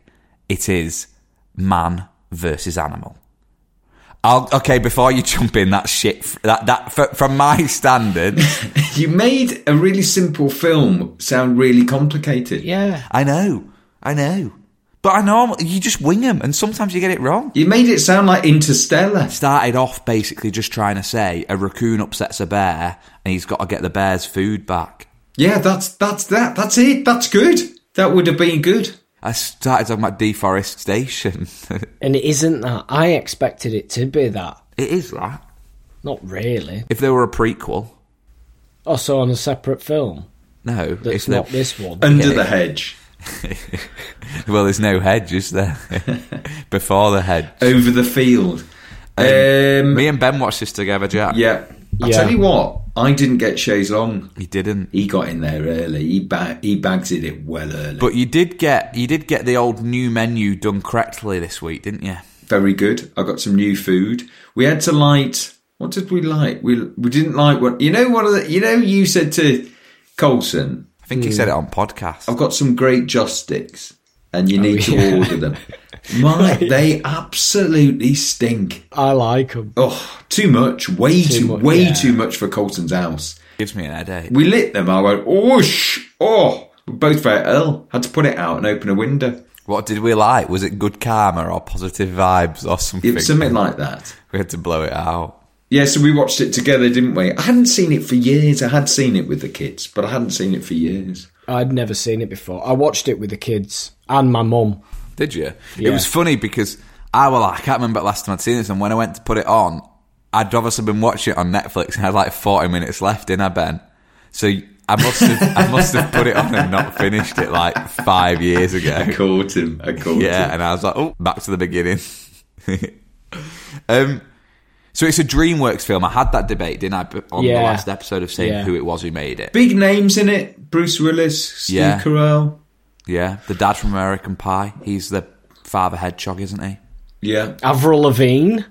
[SPEAKER 2] it is man versus animal I'll, okay before you jump in that shit that that f- from my standards
[SPEAKER 4] You made a really simple film sound really complicated.
[SPEAKER 3] Yeah.
[SPEAKER 2] i know i know but i know you just wing them and sometimes you get it wrong
[SPEAKER 4] You made it sound like Interstellar.
[SPEAKER 2] started off basically just trying to say a raccoon upsets a bear and he's got to get the bear's food back.
[SPEAKER 4] Yeah, that's that's that. That's it. That's good. That would have been good.
[SPEAKER 2] I started talking about deforestation.
[SPEAKER 3] And it isn't that. I expected it to be that.
[SPEAKER 2] it is that.
[SPEAKER 3] Not really.
[SPEAKER 2] If there were a prequel,
[SPEAKER 3] Also on a separate film.
[SPEAKER 2] no,
[SPEAKER 3] That's
[SPEAKER 2] if there-
[SPEAKER 3] not this one.
[SPEAKER 4] Under
[SPEAKER 2] Yeah.
[SPEAKER 4] the hedge,
[SPEAKER 2] Well, there's no hedge, is there? Before the hedge.
[SPEAKER 4] over the field. Um,
[SPEAKER 2] Me and Ben watched this together, Jack.
[SPEAKER 4] yeah. I
[SPEAKER 3] Yeah.
[SPEAKER 4] tell you what, I didn't get Shays Long.
[SPEAKER 2] He didn't.
[SPEAKER 4] He got in there early. He ba- he bags it in well early.
[SPEAKER 2] But you did get you did get the old new menu done correctly this week, didn't you?
[SPEAKER 4] very good. I got some new food. We had to light. What did we like? We we didn't like what you know. What are the, you know? You said to Colson,
[SPEAKER 2] I think he said it
[SPEAKER 4] Hmm.
[SPEAKER 2] on podcast.
[SPEAKER 4] "I've got some great joss sticks, and you need to order them." My, they absolutely stink.
[SPEAKER 3] I like them.
[SPEAKER 4] Oh, too much. Way too,
[SPEAKER 3] much,
[SPEAKER 4] way
[SPEAKER 3] yeah.
[SPEAKER 4] too much for Colson's house.
[SPEAKER 2] Gives me an headache.
[SPEAKER 4] We lit them. I went, oh, sh- oh. We both very ill. Had to put it out and open a window.
[SPEAKER 2] What did we like? Was it good karma or positive vibes or
[SPEAKER 4] It
[SPEAKER 2] something?
[SPEAKER 4] was something like that.
[SPEAKER 2] We had to blow it out.
[SPEAKER 4] Yeah, so we watched it together, didn't we? I hadn't seen it for years. I had seen it with the kids, but I hadn't seen it for years.
[SPEAKER 3] I'd never seen it before. I watched it with the kids and my mum.
[SPEAKER 2] Did you? It
[SPEAKER 3] Yeah.
[SPEAKER 2] was funny because I well, I can't remember the last time I'd seen this, and when I went to put it on, I'd obviously been watching it on Netflix, and I had like forty minutes left in I Ben. So I must have I must have put it on and not finished it like five years ago.
[SPEAKER 4] I caught him. I caught
[SPEAKER 2] Yeah,
[SPEAKER 4] him.
[SPEAKER 2] and I was like, oh, back to the beginning. um, so it's a DreamWorks film. I had that debate, didn't I, b- on
[SPEAKER 3] Yeah.
[SPEAKER 2] the last episode of saying
[SPEAKER 3] Yeah.
[SPEAKER 2] who it was who made it?
[SPEAKER 4] Big names in it. Bruce Willis, Steve
[SPEAKER 2] Yeah.
[SPEAKER 4] Carell.
[SPEAKER 2] Yeah, the dad from American Pie. He's the father hedgehog, isn't he?
[SPEAKER 4] Yeah.
[SPEAKER 3] Avril Lavigne,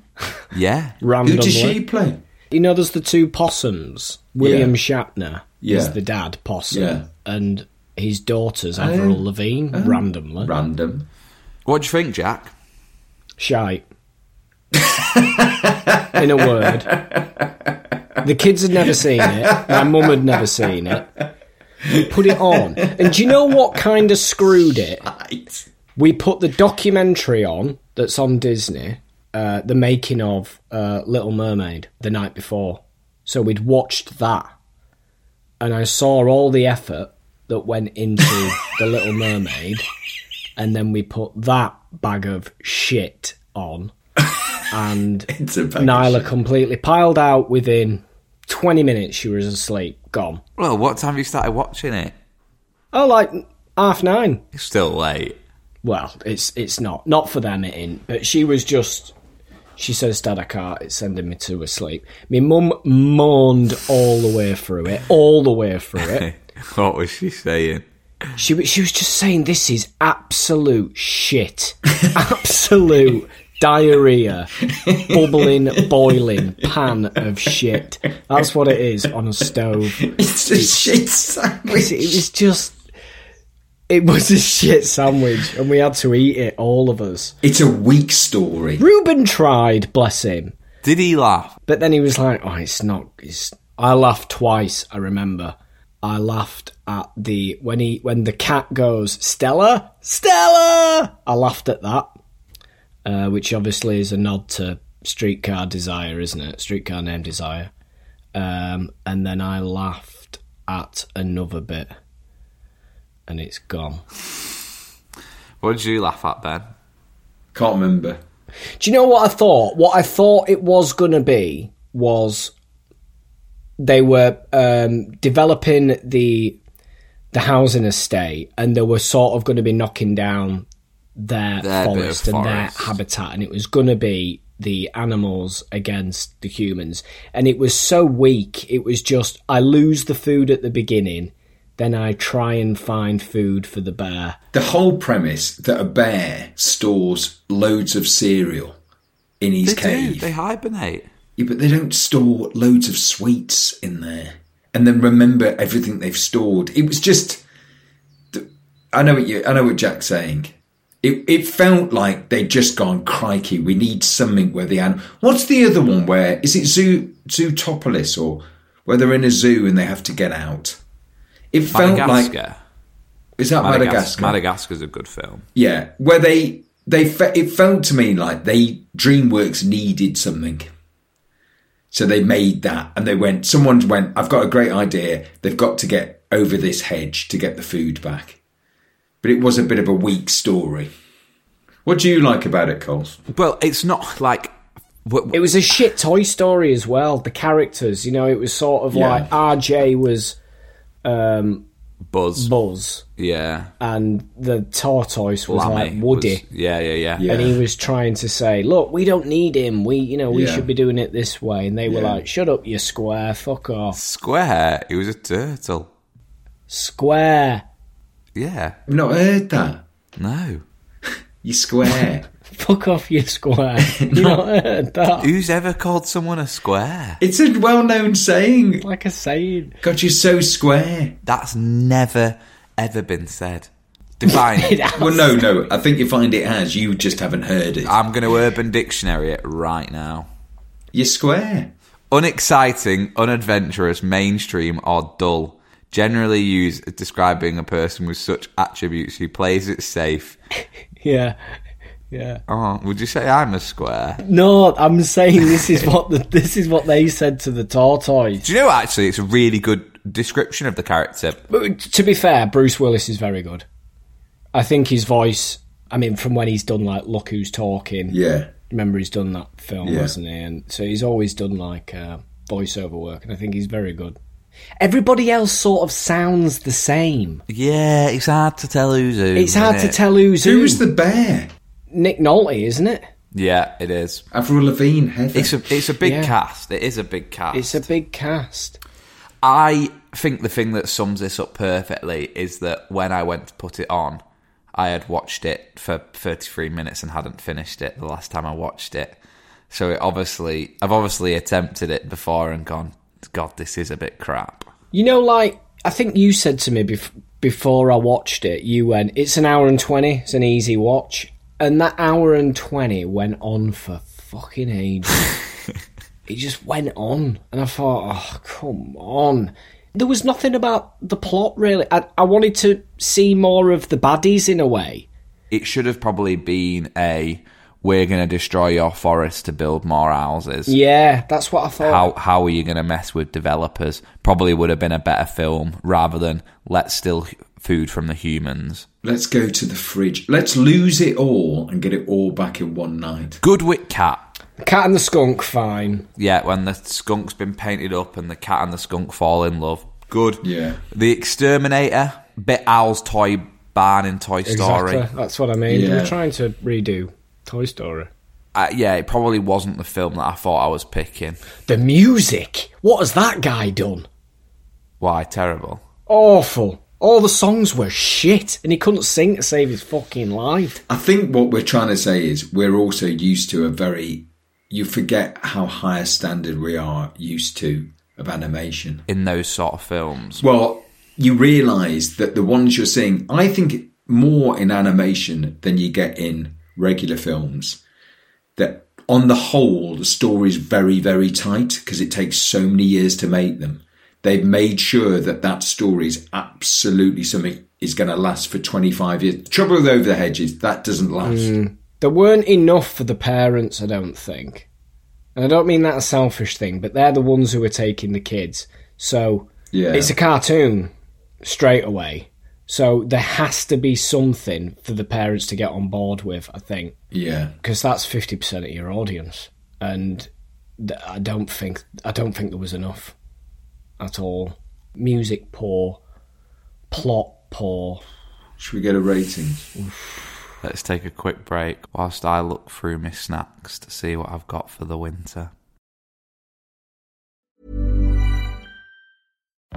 [SPEAKER 2] Yeah,
[SPEAKER 4] Who
[SPEAKER 3] randomly.
[SPEAKER 4] does she play?
[SPEAKER 3] You know, there's the two possums. William
[SPEAKER 4] Yeah.
[SPEAKER 3] Shatner
[SPEAKER 4] Yeah.
[SPEAKER 3] is the dad possum,
[SPEAKER 4] Yeah. Oh.
[SPEAKER 3] and his daughter's Avril Lavigne, randomly.
[SPEAKER 4] Random.
[SPEAKER 2] What do you think, Jack?
[SPEAKER 3] Shite. In a word. The kids had never seen it. My mum had never seen it. We put it on. And do you know what kind of screwed it?
[SPEAKER 4] Right.
[SPEAKER 3] We put the documentary on that's on Disney, uh, the making of uh, Little Mermaid, the night before. So we'd watched that. And I saw all the effort that went into The Little Mermaid. And then we put that bag of shit on. And
[SPEAKER 4] It's a bag of
[SPEAKER 3] Nyla
[SPEAKER 4] shit.
[SPEAKER 3] completely piled out within 20 minutes. She was asleep, gone.
[SPEAKER 2] Well, what time have you started watching it?
[SPEAKER 3] Oh, like half nine.
[SPEAKER 2] It's still late.
[SPEAKER 3] well, it's it's not not for them it ain't. But she was just. She says, "Dad, I can't. It's sending me to a sleep." My mum moaned all the way through it, all the way through it.
[SPEAKER 2] What was she saying?
[SPEAKER 3] She was- she was just saying, "This is absolute shit, absolute diarrhea, bubbling, boiling pan of shit." That's what it is on a stove.
[SPEAKER 4] It's a shit sandwich.
[SPEAKER 3] It was just, it was a shit sandwich, and we had to eat it, all of us.
[SPEAKER 4] It's a weak story.
[SPEAKER 3] Ruben tried, bless him.
[SPEAKER 2] Did he laugh?
[SPEAKER 3] But then he was like, oh, it's not. It's... I laughed twice, I remember. I laughed at the when he when the cat goes Stella Stella. I laughed at that, uh, which obviously is a nod to Streetcar Desire, isn't it? Streetcar Named Desire. Um, and then I laughed at another bit, and it's gone.
[SPEAKER 2] What did you laugh at, Ben?
[SPEAKER 4] Can't remember.
[SPEAKER 3] Do you know what I thought? What I thought it was going to be was they were um, developing the the housing estate, and they were sort of going to be knocking down their,
[SPEAKER 2] Their bit of
[SPEAKER 3] forest and their
[SPEAKER 2] forest.
[SPEAKER 3] habitat, and it was going to be the animals against the humans, and it was so weak. It was just I lose the food at the beginning, then I try and find food for the bear.
[SPEAKER 4] The whole premise that a bear stores loads of cereal in his
[SPEAKER 2] they
[SPEAKER 4] cave.
[SPEAKER 2] do. They hibernate.
[SPEAKER 4] Yeah, but they don't store loads of sweets in there and then remember everything they've stored. It was just, I know what you, I know what Jack's saying. It, it felt like they'd just gone crikey. We need something where the animal. What's the other one? Where is it? Zoo Zootopolis or where they're in a zoo and they have to get out. It felt
[SPEAKER 2] Madagascar.
[SPEAKER 4] like is that
[SPEAKER 2] Madagascar.
[SPEAKER 4] Madagascar?
[SPEAKER 2] Madagascar's a good film.
[SPEAKER 4] Yeah, where they they fe- it felt to me like they DreamWorks needed something, so they made that and they went. Someone went, "I've got a great idea. They've got to get over this hedge to get the food back." But it was a bit of a weak story. What do you like about it, Coles?
[SPEAKER 2] Well, it's not like. w-
[SPEAKER 3] It was a shit Toy Story as well. The characters, you know, it was sort of
[SPEAKER 4] Yeah.
[SPEAKER 3] like RJ was um,
[SPEAKER 2] Buzz.
[SPEAKER 3] Buzz,
[SPEAKER 2] yeah.
[SPEAKER 3] and the tortoise was
[SPEAKER 2] Lammy
[SPEAKER 3] like Woody,
[SPEAKER 2] was- yeah, yeah, yeah.
[SPEAKER 4] Yeah.
[SPEAKER 3] and he was trying to say, "Look, we don't need him. We, you know, we
[SPEAKER 4] Yeah.
[SPEAKER 3] should be doing it this way." And they were
[SPEAKER 4] Yeah.
[SPEAKER 3] like, "Shut up, you square. Fuck off,
[SPEAKER 2] Square. He was a turtle.
[SPEAKER 3] square.
[SPEAKER 2] Yeah.
[SPEAKER 4] I've not heard that.
[SPEAKER 2] No.
[SPEAKER 4] You square.
[SPEAKER 3] Fuck off, you square." you not heard that?
[SPEAKER 2] Who's ever called someone a square?
[SPEAKER 4] it's a well-known saying.
[SPEAKER 3] Like a saying.
[SPEAKER 4] God, you're so square.
[SPEAKER 2] That's never ever been said. Define. it.
[SPEAKER 4] Well, no, no. I think you find it has. You just haven't heard it.
[SPEAKER 2] I'm going to Urban Dictionary it right now.
[SPEAKER 4] You're square.
[SPEAKER 2] Unexciting, unadventurous, mainstream, or dull. Generally used as describing a person with such attributes who plays it safe.
[SPEAKER 3] Yeah, yeah.
[SPEAKER 2] Oh, would you say I'm a square?
[SPEAKER 3] No, I'm saying this is what the, this is what they said to the tortoise.
[SPEAKER 2] Do you know actually it's a really good description of the character.
[SPEAKER 3] But to be fair, Bruce Willis is very good. I think his voice. I mean, from when he's done like "Look Who's Talking,"
[SPEAKER 4] Yeah.
[SPEAKER 3] remember he's done that film,
[SPEAKER 4] Yeah.
[SPEAKER 3] hasn't he? And so he's always done like uh, voiceover work, and I think he's very good. Everybody else sort of sounds the same.
[SPEAKER 2] Yeah, it's hard to tell who's who.
[SPEAKER 3] It's hard
[SPEAKER 2] isn't
[SPEAKER 3] to
[SPEAKER 2] it?
[SPEAKER 3] tell who's who.
[SPEAKER 4] Who's the bear?
[SPEAKER 3] Nick Nolte, isn't it?
[SPEAKER 2] Yeah, it is.
[SPEAKER 4] Avril Lavigne, Heather.
[SPEAKER 2] It's a it's a big
[SPEAKER 3] Yeah.
[SPEAKER 2] cast. It is a big cast.
[SPEAKER 3] It's a big cast.
[SPEAKER 2] I think the thing that sums this up perfectly is that when I went to put it on, I had watched it for 33 minutes and hadn't finished it the last time I watched it. So it obviously, I've obviously attempted it before and gone, God, this is a bit crap.
[SPEAKER 3] You know, like I think you said to me bef- before I watched it, you went, "It's an hour and twenty. It's an easy watch," and that hour and twenty went on for fucking ages. it just went on, and I thought, "Oh, come on." There was nothing about the plot really. I, I wanted to see more of the baddies in a way.
[SPEAKER 2] It should have probably been a, we're going to destroy your forest to build more houses.
[SPEAKER 3] Yeah, that's what I thought.
[SPEAKER 2] How, how are you going to mess with developers? Probably would have been a better film rather than let's steal hu- food from the humans.
[SPEAKER 4] Let's go to the fridge. Let's lose it all and get it all back in one night.
[SPEAKER 2] Goodwit Cat.
[SPEAKER 3] Cat and the skunk, fine.
[SPEAKER 2] Yeah, when the skunk's been painted up and the cat and the skunk fall in love. Good.
[SPEAKER 4] Yeah.
[SPEAKER 2] The Exterminator, Bit Owl's toy barn in Toy Story.
[SPEAKER 3] Exactly. That's what I mean. They
[SPEAKER 4] Yeah.
[SPEAKER 3] were trying to redo Toy Story.
[SPEAKER 2] Uh, yeah, it probably wasn't the film that I thought I was picking.
[SPEAKER 3] The music. What has that guy done?
[SPEAKER 2] Why? Terrible.
[SPEAKER 3] Awful. All the songs were shit, and he couldn't sing to save his fucking life.
[SPEAKER 4] I think what we're trying to say is we're also used to a very. You forget how high a standard we are used to of animation.
[SPEAKER 2] In those sort of films.
[SPEAKER 4] Well, you realise that the ones you're seeing, I think more in animation than you get in regular films. That on the whole, the story's very, very tight because it takes so many years to make them. They've made sure that that story is absolutely something is going to last for 25 years. Trouble with Over the Hedges, that doesn't last.
[SPEAKER 3] There weren't enough for the parents, I don't think. And I don't mean that a selfish thing, but they're the ones who are taking the kids. So
[SPEAKER 4] Yeah.
[SPEAKER 3] it's a cartoon straight away. So there has to be something for the parents to get on board with, I think.
[SPEAKER 4] Yeah.
[SPEAKER 3] because that's fifty percent of your audience, and th- I don't think I don't think there was enough at all. Music poor, plot poor.
[SPEAKER 4] Should we get a rating?
[SPEAKER 2] Let's take a quick break whilst I look through my snacks to see what I've got for the winter.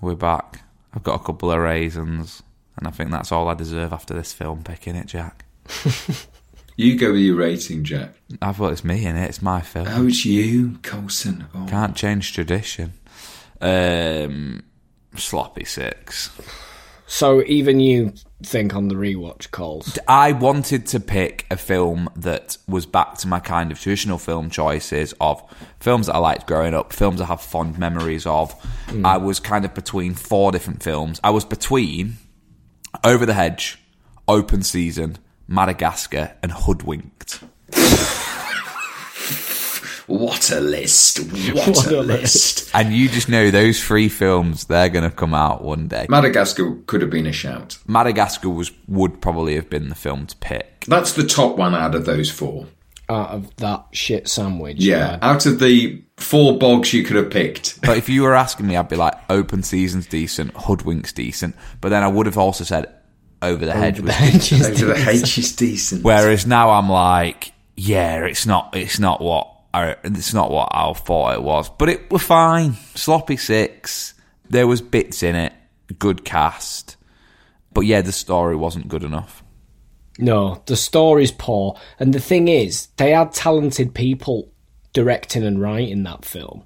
[SPEAKER 2] We're back. I've got a couple of raisins, and I think that's all I deserve after this film picking it, Jack.
[SPEAKER 4] You go with your rating, Jack.
[SPEAKER 2] I thought it's me in it, it's my film.
[SPEAKER 4] Oh, it's you, Colson. Oh.
[SPEAKER 2] Can't change tradition. Um, sloppy six.
[SPEAKER 3] So even you think on the rewatch calls?
[SPEAKER 2] I wanted to pick a film that was back to my kind of traditional film choices of films that I liked growing up, films I have fond memories of. I was kind of between four different films. I was between Over the Hedge, Open Season, Madagascar, and Hoodwinked.
[SPEAKER 4] What a list. What, a, list.
[SPEAKER 2] And you just know those three films, they're going to come out one day.
[SPEAKER 4] Madagascar could have been a shout.
[SPEAKER 2] Madagascar was would probably have been the film to pick.
[SPEAKER 4] That's the top one out of those four.
[SPEAKER 3] out of that shit sandwich.
[SPEAKER 4] Yeah, out of the four bogs you could have picked.
[SPEAKER 2] But if you were asking me, I'd be like, open season's decent, hoodwink's decent. But then I would have also said, over the hedge was decent.
[SPEAKER 4] Out of the H is decent.
[SPEAKER 2] Whereas now I'm like, yeah, it's not, it's not what, I, it's not what I thought it was. But it were fine. Sloppy six. There was bits in it. Good cast. But yeah, the story wasn't good enough.
[SPEAKER 3] No, the story's poor. And the thing is, they had talented people directing and writing that film.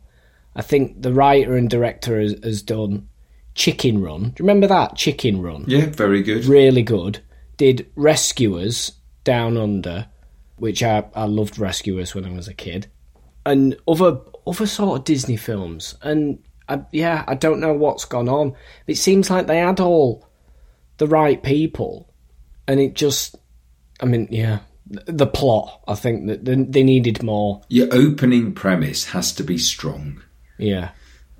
[SPEAKER 3] I think the writer and director has, has done Chicken Run. Do you remember that? Chicken Run.
[SPEAKER 4] yeah, very good.
[SPEAKER 3] Really good. Did Rescuers Down Under, which I, I loved Rescuers when I was a kid. And other other sort of Disney films. And I, yeah, I don't know what's gone on. It seems like they had all the right people and it just i mean yeah the plot i think that they- they needed more
[SPEAKER 4] Your opening premise has to be strong,
[SPEAKER 3] yeah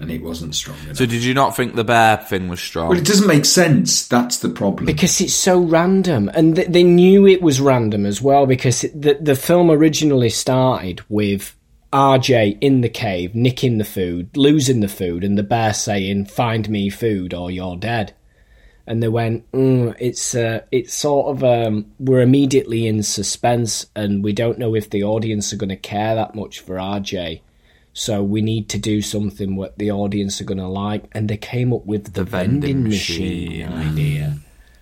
[SPEAKER 4] and it wasn't strong enough.
[SPEAKER 2] So did you not think the bear thing was strong?
[SPEAKER 4] well, it doesn't make sense. That's the problem.
[SPEAKER 3] because it's so random and th- they knew it was random as well because it, the, the film originally started with rj in the cave nicking the food losing the food and the bear saying find me food or you're dead and they went mm, it's uh, it's sort of um, we're immediately in suspense and we don't know if the audience are going to care that much for rj so we need to do something what the audience are going to like and they came up with the, vending, machine idea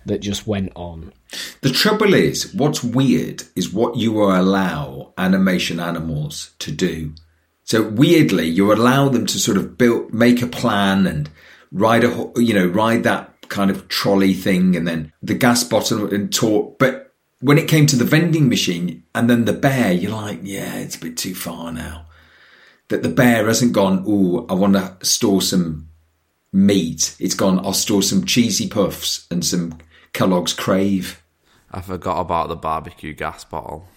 [SPEAKER 3] that just went on
[SPEAKER 4] The trouble is, what's weird is what you will allow animation animals to do. So weirdly, you allow them to sort of build, make a plan and ride a, ho- you know, ride that kind of trolley thing and then the gas bottle and talk. But when it came to the vending machine and then the bear, you're like, yeah, it's a bit too far now. That the bear hasn't gone, oh, I want to store some meat. It's gone, I'll store some cheesy puffs and some Kellogg's Crave.
[SPEAKER 2] I forgot about the barbecue gas bottle.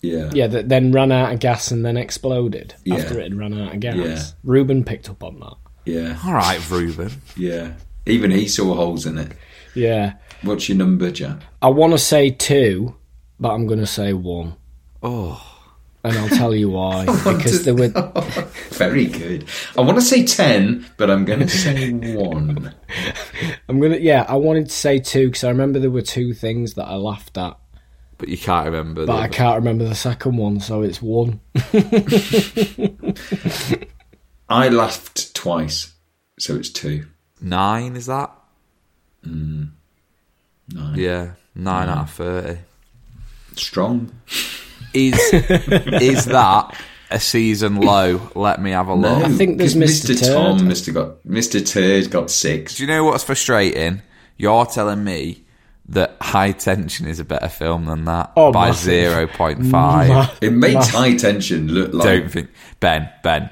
[SPEAKER 4] Yeah.
[SPEAKER 3] yeah that then ran out of gas and then exploded
[SPEAKER 4] Yeah.
[SPEAKER 3] after it had run out of gas
[SPEAKER 4] Yeah.
[SPEAKER 3] ruben picked up on that
[SPEAKER 4] Yeah.
[SPEAKER 2] All right, Reuben.
[SPEAKER 4] Yeah. Even he saw holes in it.
[SPEAKER 3] yeah
[SPEAKER 4] What's your number, Jack?
[SPEAKER 3] i want to say two but i'm going to say one
[SPEAKER 2] Oh,
[SPEAKER 3] and I'll tell you why. because there were
[SPEAKER 4] Very good. I want to say 10, but I'm going to say 1.
[SPEAKER 3] I'm gonna yeah, I wanted to say two because I remember there were two things that I laughed at,
[SPEAKER 2] but you can't remember.
[SPEAKER 3] but
[SPEAKER 2] the-
[SPEAKER 3] I can't remember the second one, so it's one.
[SPEAKER 4] I laughed twice, so it's 2.
[SPEAKER 2] Nine is that?
[SPEAKER 4] Nine.
[SPEAKER 2] Yeah, nine out of
[SPEAKER 3] Mm.
[SPEAKER 2] thirty.
[SPEAKER 4] Strong.
[SPEAKER 2] Is is that a season low? Let me have a look.
[SPEAKER 3] I think there's
[SPEAKER 4] 'cause
[SPEAKER 3] Mr.
[SPEAKER 4] Tom,
[SPEAKER 3] Turd.
[SPEAKER 4] Mr. Got, Mr. Turd got 6.
[SPEAKER 2] Do you know what's frustrating? You're telling me that High Tension is a better film than that
[SPEAKER 3] Oh,
[SPEAKER 2] by
[SPEAKER 3] massive.
[SPEAKER 2] zero point five.
[SPEAKER 4] It makes high tension look like.
[SPEAKER 2] Don't think, Ben. Ben.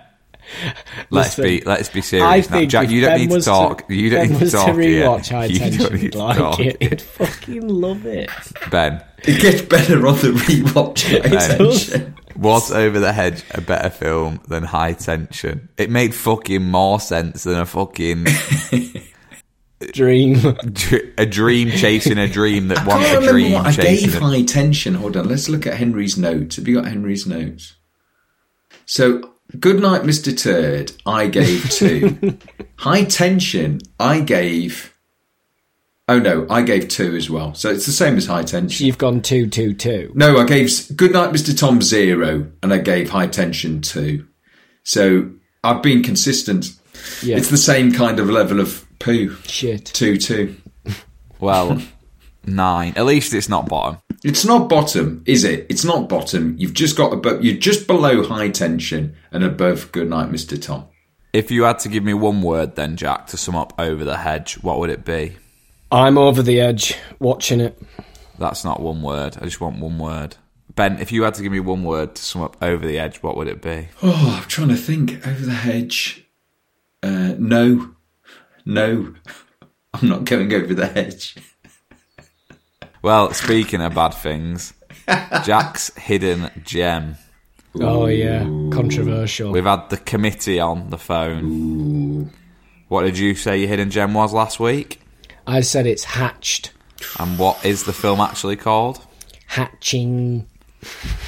[SPEAKER 2] Let's
[SPEAKER 3] Listen,
[SPEAKER 2] be let's be
[SPEAKER 3] I
[SPEAKER 2] serious now,
[SPEAKER 3] think
[SPEAKER 2] Jack.
[SPEAKER 3] if
[SPEAKER 2] You don't
[SPEAKER 3] Ben
[SPEAKER 2] need to
[SPEAKER 3] was
[SPEAKER 2] talk. you don't
[SPEAKER 3] ben
[SPEAKER 2] need to
[SPEAKER 3] was
[SPEAKER 2] talk.
[SPEAKER 3] To rewatch
[SPEAKER 2] yeah.
[SPEAKER 3] High
[SPEAKER 2] You don't
[SPEAKER 3] Tension,
[SPEAKER 2] need
[SPEAKER 3] he'd
[SPEAKER 2] to
[SPEAKER 3] like
[SPEAKER 2] talk,
[SPEAKER 3] it.
[SPEAKER 2] yeah.
[SPEAKER 3] He'd fucking love it.
[SPEAKER 2] Ben.
[SPEAKER 4] It gets better on the rewatch. High
[SPEAKER 3] does.
[SPEAKER 4] tension.
[SPEAKER 2] Was Over the Hedge a better film than High Tension? It made fucking more sense than a fucking
[SPEAKER 3] Dream.
[SPEAKER 2] dr- a dream chasing a dream that
[SPEAKER 4] I
[SPEAKER 2] wants
[SPEAKER 4] can't
[SPEAKER 2] a
[SPEAKER 4] remember
[SPEAKER 2] dream
[SPEAKER 4] what I gave
[SPEAKER 2] chasing. a-
[SPEAKER 4] high tension. Hold on, let's look at Henry's notes. Have you got Henry's notes? So, good night, Mr. Turd. I gave two. high tension. I gave. Oh no, I gave two as well. So it's the same as high tension.
[SPEAKER 3] You've gone two, two, two.
[SPEAKER 4] No, I gave s- good night, Mr. Tom zero, and I gave high tension two. So I've been consistent.
[SPEAKER 3] Yeah.
[SPEAKER 4] It's the same kind of level of poo.
[SPEAKER 3] Shit.
[SPEAKER 4] Two two.
[SPEAKER 2] Well, nine. At least it's not bottom.
[SPEAKER 4] It's not bottom, is it? It's not bottom. You've just got above. You're just below high tension and above Good Night, Mister Tom.
[SPEAKER 2] If you had to give me one word, then Jack, to sum up Over the Hedge, what would it be?
[SPEAKER 3] I'm over the edge watching it.
[SPEAKER 2] That's not one word. I just want one word. Ben, if you had to give me one word to sum up Over the Edge, what would it be?
[SPEAKER 4] Oh, I'm trying to think. Over the hedge. Uh, no, no, I'm not going over the hedge.
[SPEAKER 2] Well, speaking of bad things, Jack's hidden gem.
[SPEAKER 3] Oh yeah, controversial.
[SPEAKER 2] We've had the committee on the phone. What did you say your hidden gem was last week?
[SPEAKER 3] I said it's hatched,
[SPEAKER 2] And what is the film actually called?
[SPEAKER 3] hatching.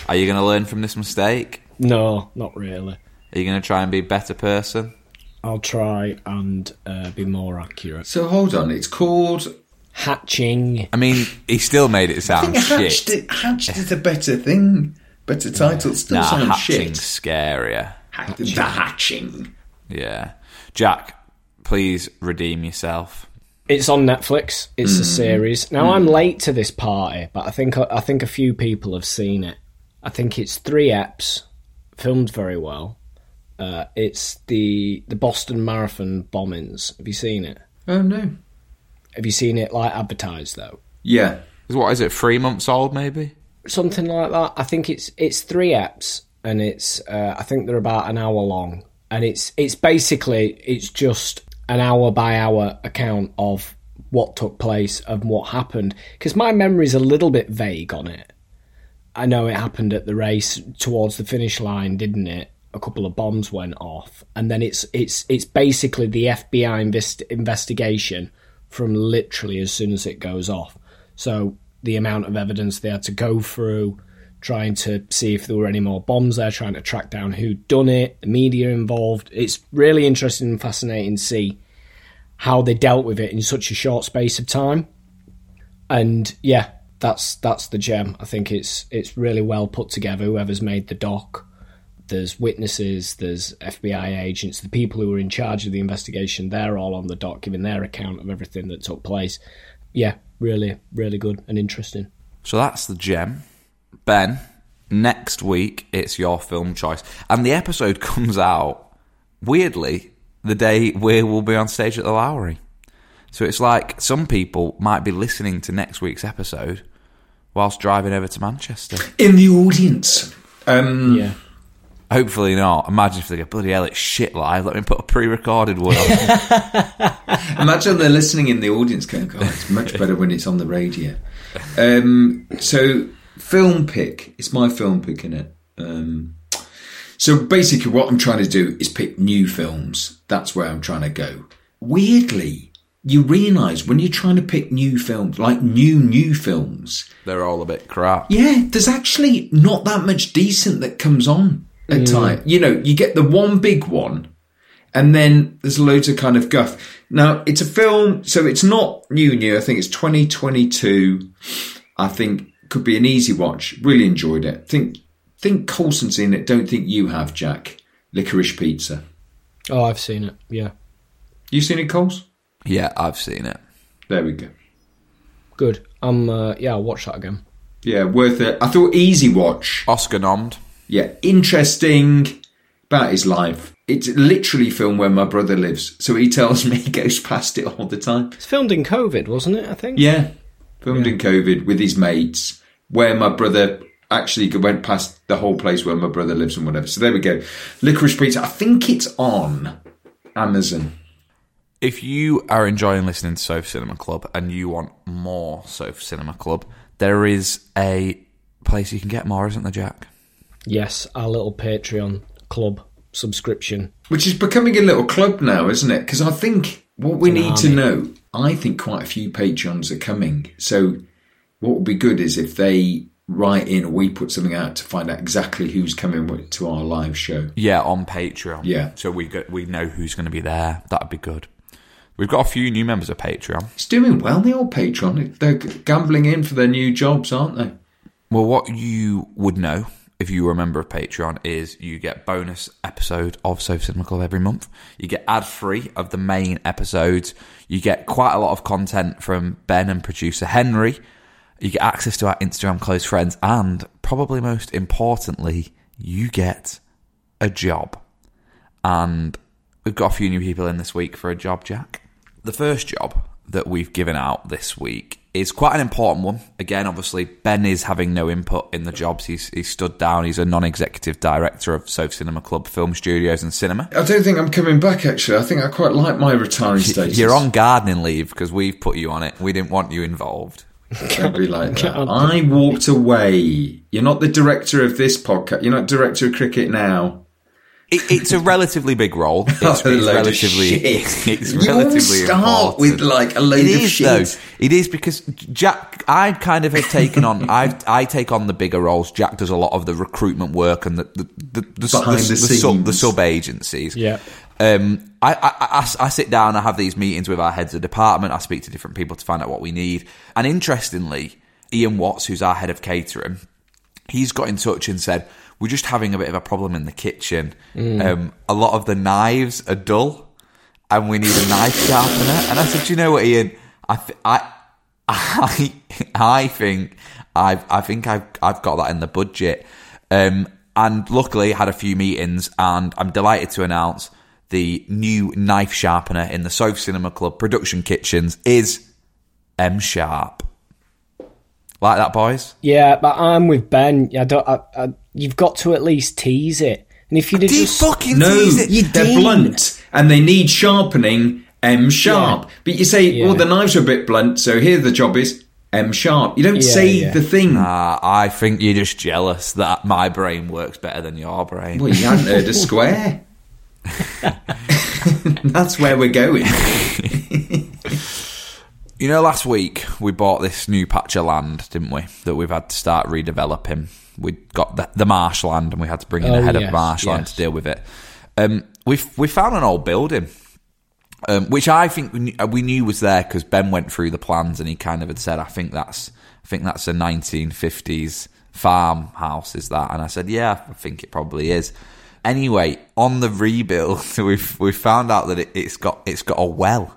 [SPEAKER 2] Are you going to learn from this mistake?
[SPEAKER 3] No, not really.
[SPEAKER 2] Are you going to try and be a better person?
[SPEAKER 3] I'll try and uh, be more accurate.
[SPEAKER 4] So hold on, it's called.
[SPEAKER 3] Hatching.
[SPEAKER 2] I mean, he still made it
[SPEAKER 4] I
[SPEAKER 2] sound
[SPEAKER 4] think hatched,
[SPEAKER 2] shit.
[SPEAKER 4] it, hatched is a better thing. Better title still
[SPEAKER 2] Nah,
[SPEAKER 4] sounds
[SPEAKER 2] hatching's
[SPEAKER 4] shit.
[SPEAKER 2] scarier.
[SPEAKER 4] Hat- The hatching.
[SPEAKER 2] Yeah. Jack, please redeem yourself.
[SPEAKER 3] It's on Netflix. It's a series. Now I'm late to this party, but I think I think a few people have seen it. I think it's three eps, filmed very well. Uh, it's the the Boston Marathon bombings. Have you seen it?
[SPEAKER 4] Oh no.
[SPEAKER 3] Have you seen it like advertised though?
[SPEAKER 4] Yeah.
[SPEAKER 2] What is it, three months old maybe?
[SPEAKER 3] Something like that. I think it's it's three eps, and it's uh, I think they're about an hour long, and it's it's basically it's just an hour by hour account of what took place and what happened. Because my memory's a little bit vague on it. I know it happened at the race towards the finish line, didn't it? A couple of bombs went off, and then it's it's it's basically the FBI invest, investigation from literally as soon as it goes off. So the amount of evidence they had to go through, trying to see if there were any more bombs there, trying to track down who done it, the media involved. It's really interesting and fascinating to see how they dealt with it in such a short space of time and yeah that's that's the gem i think it's it's really well put together whoever's made the doc there's witnesses there's fbi agents the people who were in charge of the investigation they're all on the doc giving their account of everything that took place yeah really really good and interesting
[SPEAKER 2] So that's the gem. Ben, next week it's your film choice. And the episode comes out, weirdly, the day we will be on stage at the Lowry. So it's like some people might be listening to next week's episode whilst driving over to Manchester.
[SPEAKER 4] In the audience. Um,
[SPEAKER 3] yeah
[SPEAKER 2] Hopefully not. Imagine if they go, bloody hell, it's shit live. Let me put a pre recorded one on.
[SPEAKER 4] Imagine they're listening in the audience going, God, it's much better when it's on the radio. Um, so, film pick. It's my film pick, in it? Um, so, basically, what I'm trying to do is pick new films. That's where I'm trying to go. Weirdly, you realise when you're trying to pick new films, like new, new films,
[SPEAKER 2] They're all a bit crap.
[SPEAKER 4] yeah, there's actually not that much decent that comes on at time. You know, you get the one big one, and then there's loads of kind of guff. Now it's a film, so it's not new new. I think it's 2022. I think could be an easy watch. Really enjoyed it. Think think Colson's in it. Don't think you have Jack. Licorice Pizza.
[SPEAKER 3] oh i've seen it yeah
[SPEAKER 4] You seen it, Coles?
[SPEAKER 2] Yeah, I've seen it.
[SPEAKER 4] There we go.
[SPEAKER 3] good um uh, yeah i'll watch that again
[SPEAKER 4] Yeah, worth it. I thought easy watch.
[SPEAKER 2] Oscar nommed.
[SPEAKER 4] yeah, interesting about his life. It's literally filmed where my brother lives, so he tells me he goes past it all the time.
[SPEAKER 3] it's filmed in covid wasn't it i think
[SPEAKER 4] Yeah, filmed in COVID with his mates, where my brother actually went past the whole place where my brother lives and whatever. So there we go. Licorice Pizza. I think it's on Amazon.
[SPEAKER 2] If you are enjoying listening to Sofa Cinema Club and you want more Sofa Cinema Club, there is a place you can get more, isn't there, Jack?
[SPEAKER 3] yes our little patreon club subscription
[SPEAKER 4] which is becoming a little club now, isn't it? Because I think what we need to know, I think quite a few Patreons are coming. So what would be good is if they write in or we put something out to find out exactly who's coming to our live show.
[SPEAKER 2] Yeah, on Patreon.
[SPEAKER 4] Yeah.
[SPEAKER 2] So we go, we know who's going to be there. That'd be good. We've got a few new members of Patreon.
[SPEAKER 4] It's doing well, the old Patreon. They're gambling in for their new jobs, aren't they?
[SPEAKER 2] Well, what you would know if you were a member of Patreon is you get bonus episode of Sofa Cinema Club every month. You get ad free of the main episodes. You get quite a lot of content from Ben and producer Henry. You get access to our Instagram close friends, and probably most importantly, you get a job. And we've got a few new people in this week for a job, Jack. The first job that we've given out this week is quite an important one. Again, obviously, Ben is having no input in the jobs. He's, he's stood down. He's a non executive director of Soap Cinema Club Film Studios and Cinema.
[SPEAKER 4] I don't think I'm coming back, actually. I think I quite like my retiring status.
[SPEAKER 2] You're on gardening leave because we've put you on it. We didn't want you involved.
[SPEAKER 4] Don't be like that. I walked away. You're not the director of this podcast. You're not director of cricket now.
[SPEAKER 2] It, it's a relatively big role. It's,
[SPEAKER 4] a
[SPEAKER 2] it's
[SPEAKER 4] load of
[SPEAKER 2] relatively.
[SPEAKER 4] shit.
[SPEAKER 2] It's, it's
[SPEAKER 4] You all
[SPEAKER 2] relatively
[SPEAKER 4] start
[SPEAKER 2] important.
[SPEAKER 4] with, like, a load
[SPEAKER 2] It
[SPEAKER 4] of
[SPEAKER 2] is,
[SPEAKER 4] shit.
[SPEAKER 2] Though. It is because Jack. I kind of have taken on. I I take on the bigger roles. Jack does a lot of the recruitment work and the the the, the,
[SPEAKER 4] Behind the
[SPEAKER 2] sub, the
[SPEAKER 4] scenes.
[SPEAKER 2] sub agencies.
[SPEAKER 3] Yeah.
[SPEAKER 2] Um, I, I, I- I s- I sit down, I have these meetings with our heads of department, I speak to different people to find out what we need. And interestingly, Ian Watts, who's our head of catering, he's got in touch and said, We're just having a bit of a problem in the kitchen. Um, a lot of the knives are dull and we need a knife sharpener. And I said, Do you know what, Ian? I, th- I, I, I think I've, I think I've, I've got that in the budget. Um, and luckily had a few meetings and I'm delighted to announce the new knife sharpener in the Sofa Cinema Club production kitchens is M Sharp. Like that, boys?
[SPEAKER 3] Yeah, but I'm with Ben. I don't. I, I, you've got to at least tease it. And if you did
[SPEAKER 2] Did
[SPEAKER 3] just
[SPEAKER 2] fucking
[SPEAKER 4] No,
[SPEAKER 2] tease it?
[SPEAKER 3] You
[SPEAKER 4] they're
[SPEAKER 3] didn't.
[SPEAKER 4] blunt and they need sharpening M sharp. But you say, well, the knives are a bit blunt, so here the job is M sharp. You don't
[SPEAKER 3] Yeah,
[SPEAKER 4] say
[SPEAKER 3] yeah.
[SPEAKER 4] the thing.
[SPEAKER 2] Uh, I think you're just jealous that my brain works better than your brain.
[SPEAKER 4] Well, you haven't heard a square. That's where we're going.
[SPEAKER 2] You know, last week we bought this new patch of land, didn't we? That we've had to start redeveloping. We got the, the marshland, and we had to bring in
[SPEAKER 3] Oh,
[SPEAKER 2] a head
[SPEAKER 3] yes,
[SPEAKER 2] of marshland
[SPEAKER 3] yes.
[SPEAKER 2] to deal with it. Um, we we found an old building, um, which I think we knew, we knew was there because Ben went through the plans and he kind of had said, "I think that's I think that's a 1950s farmhouse, is that?" And I said, "Yeah, I think it probably is." Anyway, on the rebuild, we we found out that it, it's got it's got a well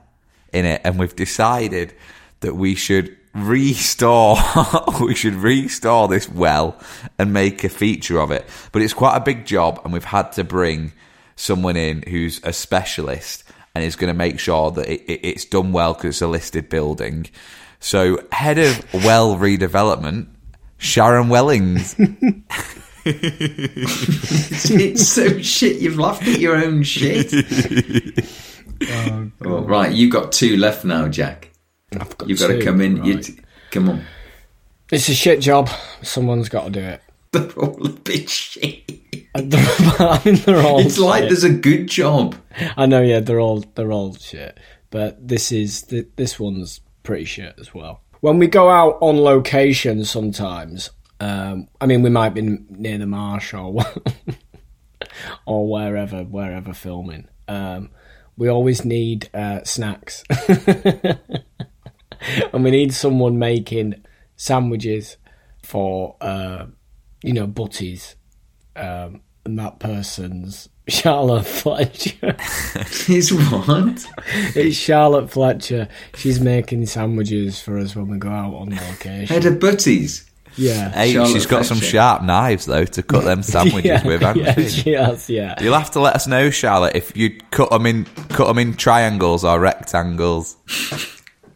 [SPEAKER 2] in it, and we've decided that we should restore we should restore this well and make a feature of it. But it's quite a big job, and we've had to bring someone in who's a specialist and is going to make sure that it, it, it's done well because it's a listed building. So, head of well redevelopment, Sharon Wellings.
[SPEAKER 4] It's so shit. You've laughed at your own shit.
[SPEAKER 3] Oh,
[SPEAKER 4] Well, right, you've got two left now, Jack.
[SPEAKER 3] I've
[SPEAKER 4] You've got to
[SPEAKER 3] two,
[SPEAKER 4] come in. You
[SPEAKER 3] right.
[SPEAKER 4] t- come on.
[SPEAKER 3] It's a shit job. Someone's got to do it.
[SPEAKER 4] They're all a bit shit.
[SPEAKER 3] I mean, they're all.
[SPEAKER 4] It's like
[SPEAKER 3] shit.
[SPEAKER 4] there's a good job.
[SPEAKER 3] I know. Yeah, they're all they're all shit. But this is th- this one's pretty shit as well. When we go out on location, sometimes, um, I mean, we might be n- near the marsh or or wherever wherever filming. Um, we always need uh, snacks, and we need someone making sandwiches for uh, you know butties, um, and that person's Charlotte Fletcher.
[SPEAKER 4] Is what?
[SPEAKER 3] it's Charlotte Fletcher. She's making sandwiches for us when we go out on
[SPEAKER 4] Head
[SPEAKER 3] location.
[SPEAKER 4] of butties.
[SPEAKER 3] Yeah.
[SPEAKER 2] Hey,
[SPEAKER 4] Charlotte
[SPEAKER 2] she's got some
[SPEAKER 4] Fletcher.
[SPEAKER 2] sharp knives, though, to cut them sandwiches
[SPEAKER 3] yeah,
[SPEAKER 2] with, hasn't
[SPEAKER 3] yeah,
[SPEAKER 2] she?
[SPEAKER 3] she has, yeah.
[SPEAKER 2] You'll have to let us know, Charlotte, if you cut them in cut 'em in triangles or rectangles.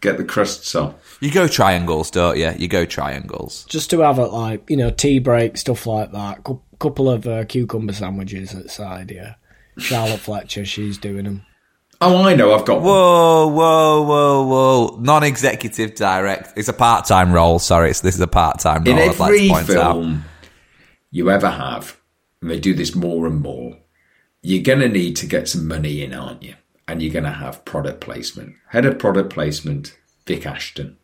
[SPEAKER 4] Get the crusts off.
[SPEAKER 2] You go triangles, don't you? You go triangles.
[SPEAKER 3] Just to have it like, you know, tea break, stuff like that. Cou- couple of uh, cucumber sandwiches at side, yeah. Charlotte Fletcher, she's doing them.
[SPEAKER 4] Oh, I know. I've got one.
[SPEAKER 2] Whoa, whoa, whoa, whoa! Non-executive direct. It's a part-time role. Sorry, it's, this is a part-time role.
[SPEAKER 4] In
[SPEAKER 2] I'd like
[SPEAKER 4] every
[SPEAKER 2] to point out.
[SPEAKER 4] film you ever have, and they do this more and more, you're going to need to get some money in, aren't you? And you're going to have product placement. Head of product placement, Vic Ashton.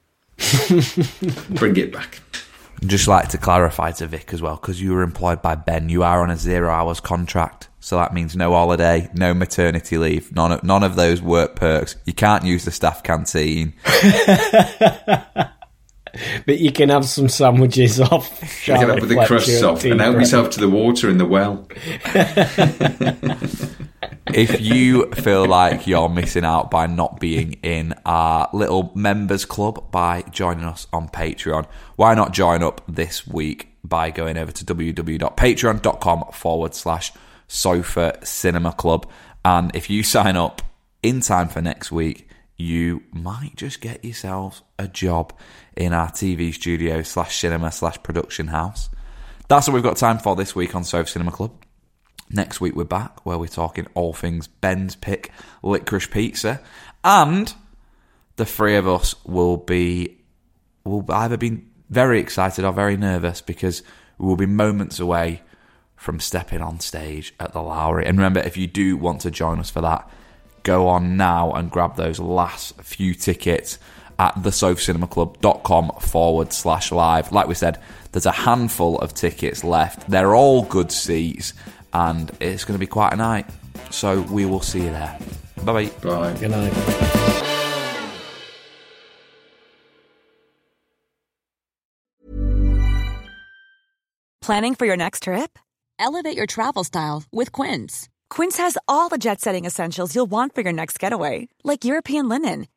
[SPEAKER 4] Bring it back.
[SPEAKER 2] Just like to clarify to Vic as well, because you were employed by Ben. You are on a zero hours contract, so that means no holiday, no maternity leave, none of, none of those work perks. You can't use the staff canteen.
[SPEAKER 3] But you can have some sandwiches off.
[SPEAKER 4] Get
[SPEAKER 3] Charlotte
[SPEAKER 4] up with the
[SPEAKER 3] Fletcher
[SPEAKER 4] crusts
[SPEAKER 3] at
[SPEAKER 4] off
[SPEAKER 3] tea
[SPEAKER 4] and help
[SPEAKER 3] break.
[SPEAKER 4] yourself to the water in the well.
[SPEAKER 2] if you feel like you're missing out by not being in our little members club by joining us on Patreon, why not join up this week by going over to www.patreon.com forward slash sofa cinema club? And if you sign up in time for next week, you might just get yourselves a job in our TV studio slash cinema slash production house. That's what we've got time for this week on Sofa Cinema Club. Next week we're back where we're talking all things Ben's pick, licorice pizza, and the three of us will be will either be very excited or very nervous because we will be moments away from stepping on stage at the Lowry. And remember, if you do want to join us for that, go on now and grab those last few tickets at thesofacinemaclub.com forward slash live. Like we said, there's a handful of tickets left. They're all good seats, and it's going to be quite a night. So we will see you there. Bye bye.
[SPEAKER 4] Bye.
[SPEAKER 3] Good night.
[SPEAKER 5] Planning for your next trip? Elevate your travel style with Quince. Quince has all the jet setting essentials you'll want for your next getaway, like European linen,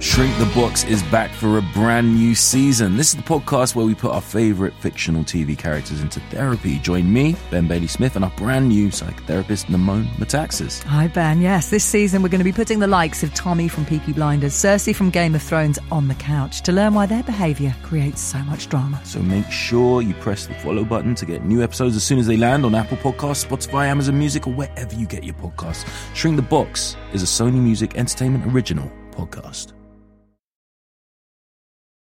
[SPEAKER 6] Shrink the Box is back for a brand new season. This is the podcast where we put our favorite fictional TV characters into therapy. Join me, Ben Bailey Smith, and our brand new psychotherapist, Namone Metaxas.
[SPEAKER 7] Hi, Ben. Yes, this season we're going to be putting the likes of Tommy from Peaky Blinders, Cersei from Game of Thrones on the couch to learn why their behaviour creates so much drama.
[SPEAKER 6] So make sure you press the follow button to get new episodes as soon as they land on Apple Podcasts, Spotify, Amazon Music, or wherever you get your podcasts. Shrink the Box is a Sony Music Entertainment original podcast.